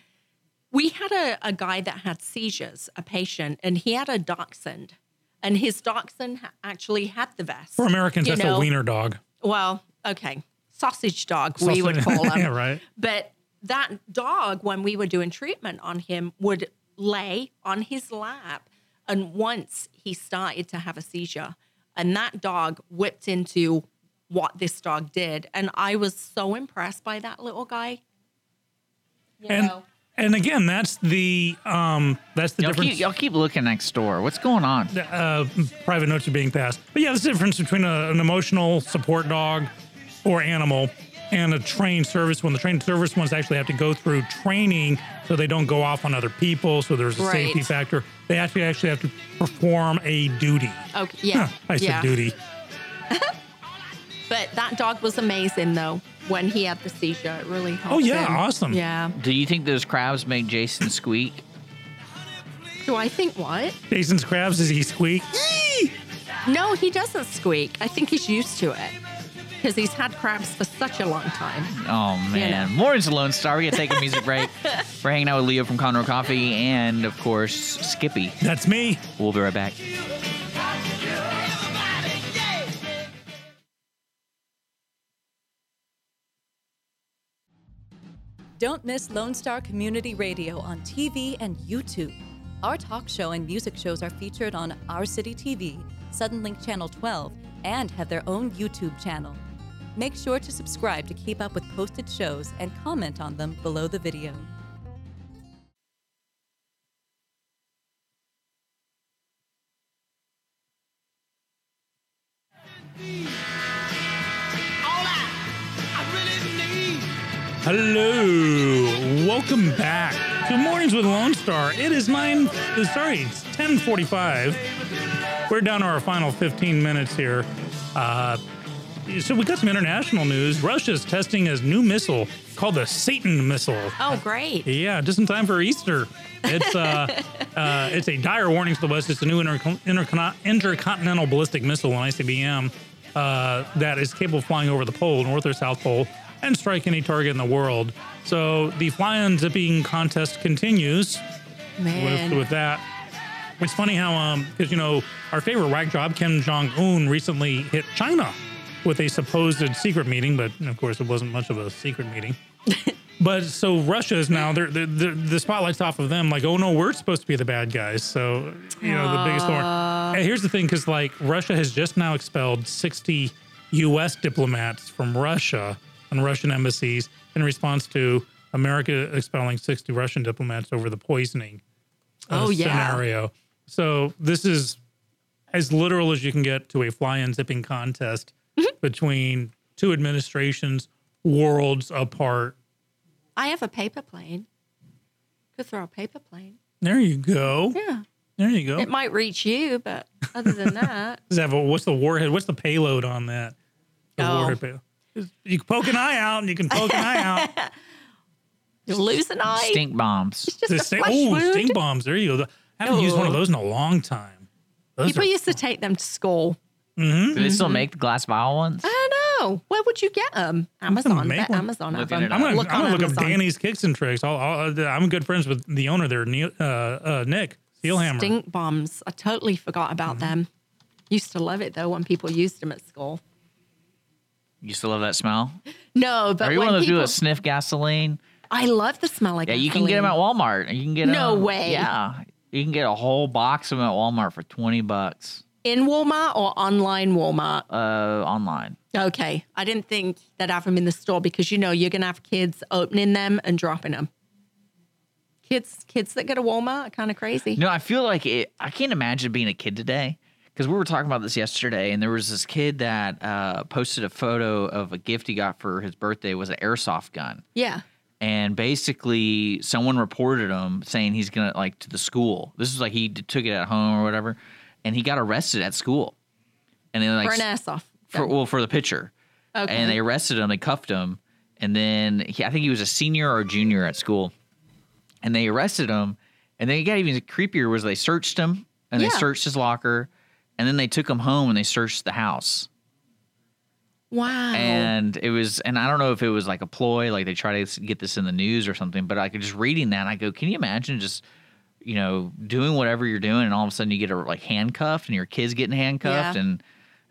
we had a, a guy that had seizures, a patient, and he had a dachshund. And his dachshund ha- actually had the vest.
For Americans,
you
that's a
know.
wiener dog.
Well, okay. Sausage dog, we would
Sausage-
call him.
yeah, right.
But that dog, when we were doing treatment on him, would lay on his lap. And once he started to have a seizure, and that dog whipped into what this dog did. And I was so impressed by that little guy. You
And
know?
and again, that's the um that's the
Y'all
difference.
keep, y'all keep looking next door. What's going on?
uh, private notes are being passed. But yeah, there's a difference between a, an emotional support dog or animal and a trained service one. The trained service ones actually have to go through training so they don't go off on other people. So there's a
Right.
safety factor. They actually actually have to perform a duty.
Okay. Oh, Yeah.
I said
yeah.
duty.
But that dog was amazing, though, when he had the seizure. It really helped.
Oh, yeah,
him.
awesome.
Yeah.
Do you think those crabs make Jason squeak?
Do I think what?
Jason's crabs is he squeak.
No, he doesn't squeak. I think he's used to it because he's had crabs for such a long time.
Oh man, Morning's Lone Star. We gotta take a music break. We're hanging out with Leo from Conroe Coffee, and of course Skippy.
That's me.
We'll be right back.
Don't miss Lone Star Community Radio on TV and YouTube. Our talk show and music shows are featured on Our City TV, Suddenlink Channel 12, and have their own YouTube channel. Make sure to subscribe to keep up with posted shows and comment on them below the video.
All I, I really need.
Hello. Welcome back to Mornings with Lone Star. It is nine. Sorry, it's ten forty-five. We're down to our final fifteen minutes here. Uh, so we got some international news. Russia's testing his new missile called the Satan missile.
Oh, great.
Yeah, just in time for Easter. It's uh, uh, it's a dire warning to the West. It's a new inter- intercon- intercontinental ballistic missile, an ICBM, uh, that is capable of flying over the pole, North or South Pole, and strike any target in the world. So the fly-on zipping contest continues with,
Man.
with that. It's funny how, um, because you know, our favorite whack job Kim Jong Un recently hit China with a supposed secret meeting, but of course it wasn't much of a secret meeting. but so Russia is now they're, they're, they're, the spotlight's off of them. Like, oh no, we're supposed to be the bad guys. So you know, the biggest thorn. And here's the thing, because like Russia has just now expelled 60 U.S. diplomats from Russia and Russian embassies in response to America expelling 60 Russian diplomats over the poisoning uh,
Oh, yeah.
scenario. So this is as literal as you can get to a fly-in zipping contest
Mm-hmm.
between two administrations, worlds apart.
I have a paper plane. Could throw a paper plane.
There you go.
Yeah.
There you go.
It might reach you, but other than that,
Does it have a- what's the warhead? What's the payload on that? The
Oh.
warhead payload. You can poke an eye out, and you can poke an eye out.
you'll lose an eye.
Stink bombs.
Just a
The sti-
flesh
oh,
wound.
stink bombs. There you go. I haven't used one of those in a long time. Those
People
are-
used to take them to school.
Do they
Mm-hmm.
still make the glass vial ones?
I don't know. Where would you get them? Amazon.
make
Bet
one.
Amazon. have
Looking
them.
it
I'm gonna
Look
I'm
on
gonna look up
Amazon.
Danny's kicks and tricks. I'll, I'll, I'm good friends with the owner there, Neil, uh, uh, Nick Steelhammer. Mm-hmm.
Stink bombs. I totally forgot about them. Used to love it though when people used them at school.
You still love that smell?
No, but
Are you
when
one of those people
people,
that sniff gasoline?
I love the smell of
Yeah,
gasoline.
you can get them at Walmart. You can get
No
'em-
way.
Yeah, you can get a whole box of them at Walmart for twenty bucks
in Walmart or online Walmart.
uh, online.
Okay, I didn't think they'd have them in the store because you know you're gonna have kids opening them and dropping them. Kids, kids that go to Walmart are kind of crazy.
No, I feel like it. I can't imagine being a kid today because we were talking about this yesterday, and there was this kid that uh, posted a photo of a gift he got for his birthday was an airsoft gun,
Yeah.
and basically someone reported him saying he's gonna like to the school. This is like he d- took it at home or whatever, and he got arrested at school, and then like
Or an
s-
ass off.
for well for the picture,
Okay.
and they arrested him, they cuffed him, and then he, I think he was a senior or a junior at school, and they arrested him, and then it got even creepier was they searched him and they
Yeah.
searched his locker, and then they took him home and they searched the house,
wow.
and it was and I don't know if it was like a ploy, like they try to s- get this in the news or something, but I could just reading that, I go, can you imagine just. You know, doing whatever you're doing, and all of a sudden you get a, like handcuffed, and your kids getting handcuffed,
Yeah.
and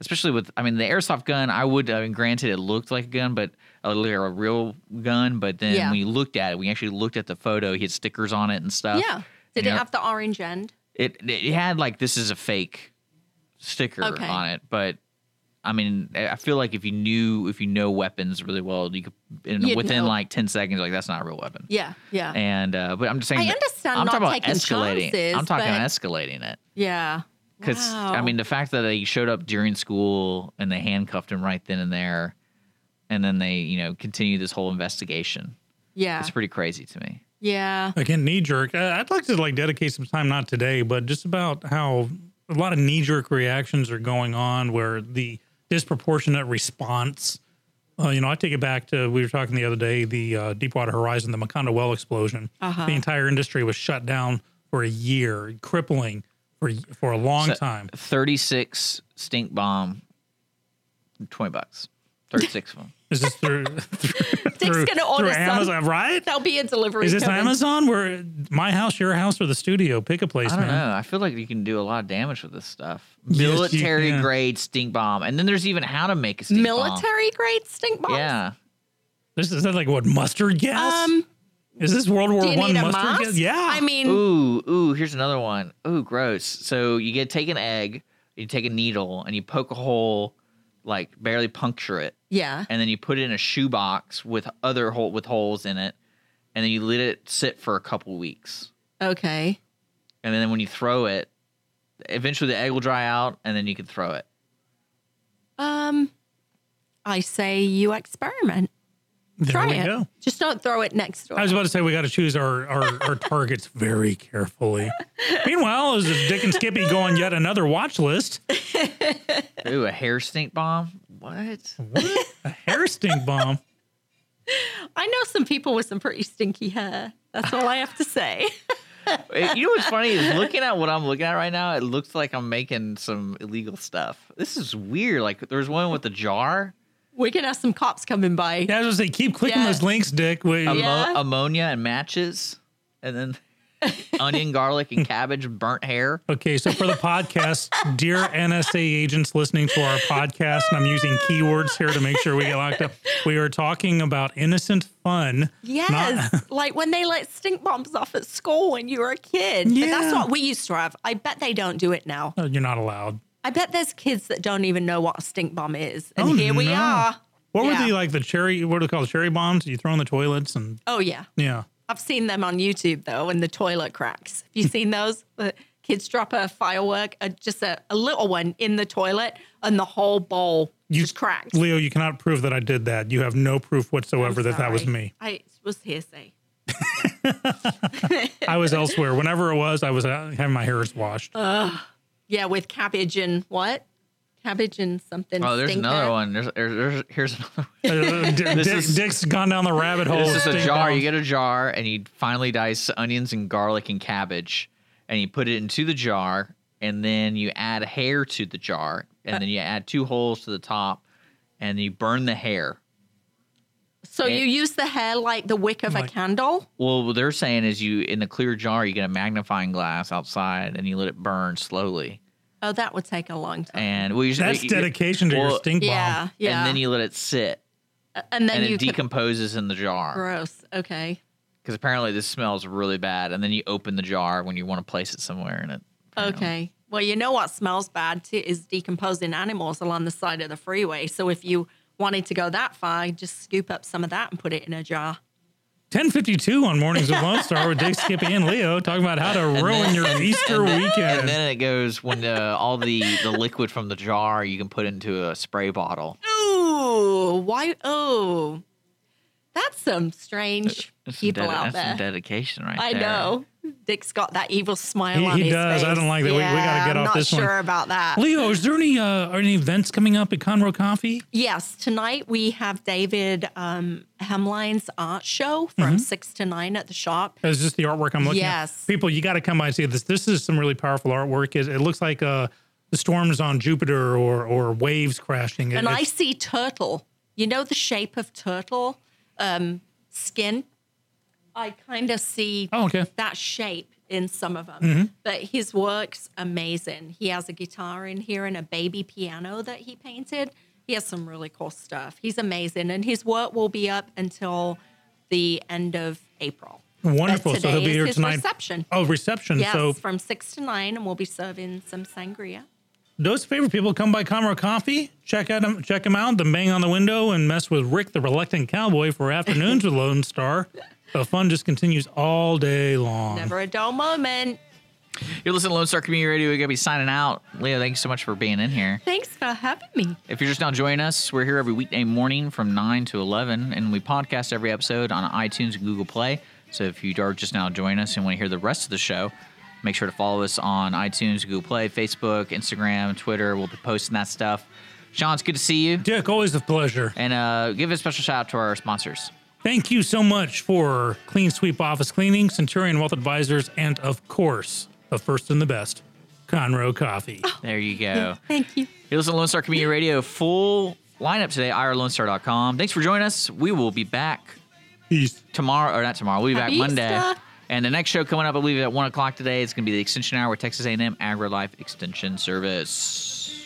especially with I mean the airsoft gun. I would I mean granted it looked like a gun, but a, like a real gun. But then
Yeah.
when you looked at it, we actually looked at the photo. He had stickers on it and stuff.
yeah. Did
you
it
know,
have the orange end?
it? It had like this is a fake sticker
Okay.
on it, but. I mean, I I feel like if you knew if you know weapons really well, you could in,
You'd
within
know.
like ten seconds, like that's not a real weapon.
Yeah. Yeah.
And uh, but I'm just saying,
I
that-
understand
I'm
not
talking about
taking
escalating.
chances,
I'm talking about
but-
escalating it.
yeah.
Because I
Wow.
mean, the fact that they showed up during school and they handcuffed him right then and there, and then they you know continue this whole investigation.
Yeah.
It's pretty crazy to me.
Yeah.
Again, knee jerk. Uh, I'd like to like dedicate some time, not today, but just about how a lot of knee jerk reactions are going on, where the disproportionate response. Uh, you know, I take it back to we were talking
Uh-huh.
the other day, the uh, Deepwater Horizon, the Macondo well explosion. The entire industry was shut down for a year, crippling for for a long
So-
time.
36 stink bomb, 20 bucks. 36 of them.
Is this through through, through,
gonna order
through
some.
Amazon, right?
There'll be a delivery.
Is this
coming.
Amazon? Where my house, your house, or the studio? Pick a place,
I don't
man.
know. I feel like you can do a lot of damage with this stuff.
Yes, you
Military
can.
grade stink bomb. And then there's even how to make a stink bomb.
Military grade stink bombs.
Yeah.
This is that like what mustard gas?
Um,
is this World War
do you
One
need a
mustard
mask?
gas? Yeah.
I mean,
Ooh, ooh, here's another one. Ooh, gross. So you get take an egg, you take a needle, and you poke a hole, like barely puncture it,
yeah.
and then you put it in a shoebox with other hole with holes in it, and then you let it sit for a couple weeks.
Okay.
And then when you throw it, eventually the egg will dry out and then you can throw it.
Um, I say you experiment.
there
Try
we
it.
go.
Just don't throw it next door.
I was about to say we got to choose our, our, our targets very carefully. Meanwhile, is Dick and Skippy go on yet another watch list?
Ooh, a hair stink bomb? What?
What? A hair stink bomb.
I know some people with some pretty stinky hair. That's all I have to say.
Eh, you know what's funny is looking at what I'm looking at right now, it looks like I'm making some illegal stuff. This is weird. Like there's one with a jar.
We're gonna have some cops coming by.
Yeah, I was going to say, keep clicking
Yeah.
those links, Dick. We,
ammo-
Yeah.
ammonia and matches, and then onion, garlic, and cabbage, burnt hair.
Okay, so for the podcast, dear NSA agents listening to our podcast, and I'm using keywords here to make sure we get locked up. We are talking about innocent fun.
Yes, like when they let stink bombs off at school when you were a kid. But
Yeah.
that's what we used to have. I bet they don't do it now.
No, Oh, you're not allowed.
I bet there's kids that don't even know what a stink bomb is. And
Oh,
here we
no.
are.
What
Yeah.
were they like? The cherry? What are they called? Cherry bombs? You throw in the toilets and
Oh yeah.
yeah.
I've seen them on YouTube though, and the toilet cracks. Have you seen those? The kids drop a firework, a, just a, a little one in the toilet, and the whole bowl just cracks.
Leo, you cannot prove that I did that. You have no proof whatsoever that that was
Sorry.
me.
I it was hearsay.
I was elsewhere. Whenever it was, I was uh, having my hairs washed.
Uh. Yeah, with cabbage and what? Cabbage and something.
Oh, there's
stinker.
another one. There's, there's, there's here's another. One.
Uh, Dick,
this
Dick,
is-
Dick's gone down the rabbit hole.
This is
of
a
stink
jar. You
bombs.
get a jar, and you finally dice onions and garlic and cabbage, and you put it into the jar, and then you add hair to the jar, and then you add two holes to the top, and you burn the hair.
So you use the hair like the wick of a candle.
Well, what they're saying is you in the clear jar, you get a magnifying glass outside, and you let it burn slowly.
Oh, that would take a long time.
And well, you
That's
you-
dedication to your
well,
stink bomb.
yeah, yeah.
And then you let it sit,
and then
and,
you
it
could-
decomposes in the jar
gross. Okay.
because apparently this smells really bad. And then you open the jar when you want to place it somewhere, and it.
Okay. Well, you know what smells bad too is decomposing animals along the side of the freeway. So if you wanted to go that far, just scoop up some of that and put it in a jar.
1052 on Mornings with Lone Star with Dick, Skippy, and Leo talking about how to ruin your Easter weekend.
And then it goes when uh, all the the liquid from the jar you can put into a spray bottle.
Ooh, why? Oh, that's some strange
That's some,
people
dedi-
out
that's some
there.
dedication, right
I
there.
know. Dick's got that evil smile
He-
on
he
his
does. I
face.
don't like that. We- we gotta
Yeah,
get
I'm
off
not
this one.
sure about that.
Leo, is there any uh, are any events coming up at Conroe Coffee?
Yes, tonight we have David um, Hemline's art show from
Mm-hmm.
six to nine at the shop.
Is this the artwork I'm looking
Yes.
at? People, you got to come by and see this. This is some really powerful artwork. It, it looks like uh, the storms on Jupiter or or waves crashing. It-
And I
it's-
see turtle. You know the shape of turtle um, skin? I kind of see
Oh, okay. Mm-hmm.
that shape in some of them. But his work's amazing. He has a guitar in here and a baby piano that he painted. He has some really cool stuff. He's amazing. And his work will be up until the end of April. But
Wonderful. So he'll
today
be
is
here
his
tonight.
reception.
Oh, reception.
Yes,
So
from six to nine, and we'll be serving some sangria.
those favorite people come by Conroe Coffee. Check out them, check them out. Then bang on the window and mess with Rick the reluctant cowboy for afternoons with Lone Star. The fun just continues all day long.
Never a dull moment.
You're listening to Lone Star Community Radio. We're going to be signing out. Leo, thank you so much for being in here.
Thanks for having me.
If you're just now joining us, we're here every weekday morning from 9 to 11, and we podcast every episode on iTunes and Google Play. So if you are just now joining us and want to hear the rest of the show, make sure to follow us on iTunes, Google Play, Facebook, Instagram, Twitter. We'll be posting that stuff. Sean, it's good to see you.
Dick, always a pleasure.
And uh, give a special shout out to our sponsors.
Thank you so much for Clean Sweep Office Cleaning, Centurion Wealth Advisors, and of course, the first and the best, Conroe Coffee.
There you go.
Thank you.
You listen to Lone Star Community Radio. Full lineup today, irlonestar.com. Thanks for joining us. We will be back
Peace.
tomorrow, or not tomorrow. We'll be back
Happy
Monday.
Easter.
And the next show coming up, I believe, at one o'clock today. It's going to be the Extension Hour with Texas A&M AgriLife Extension Service.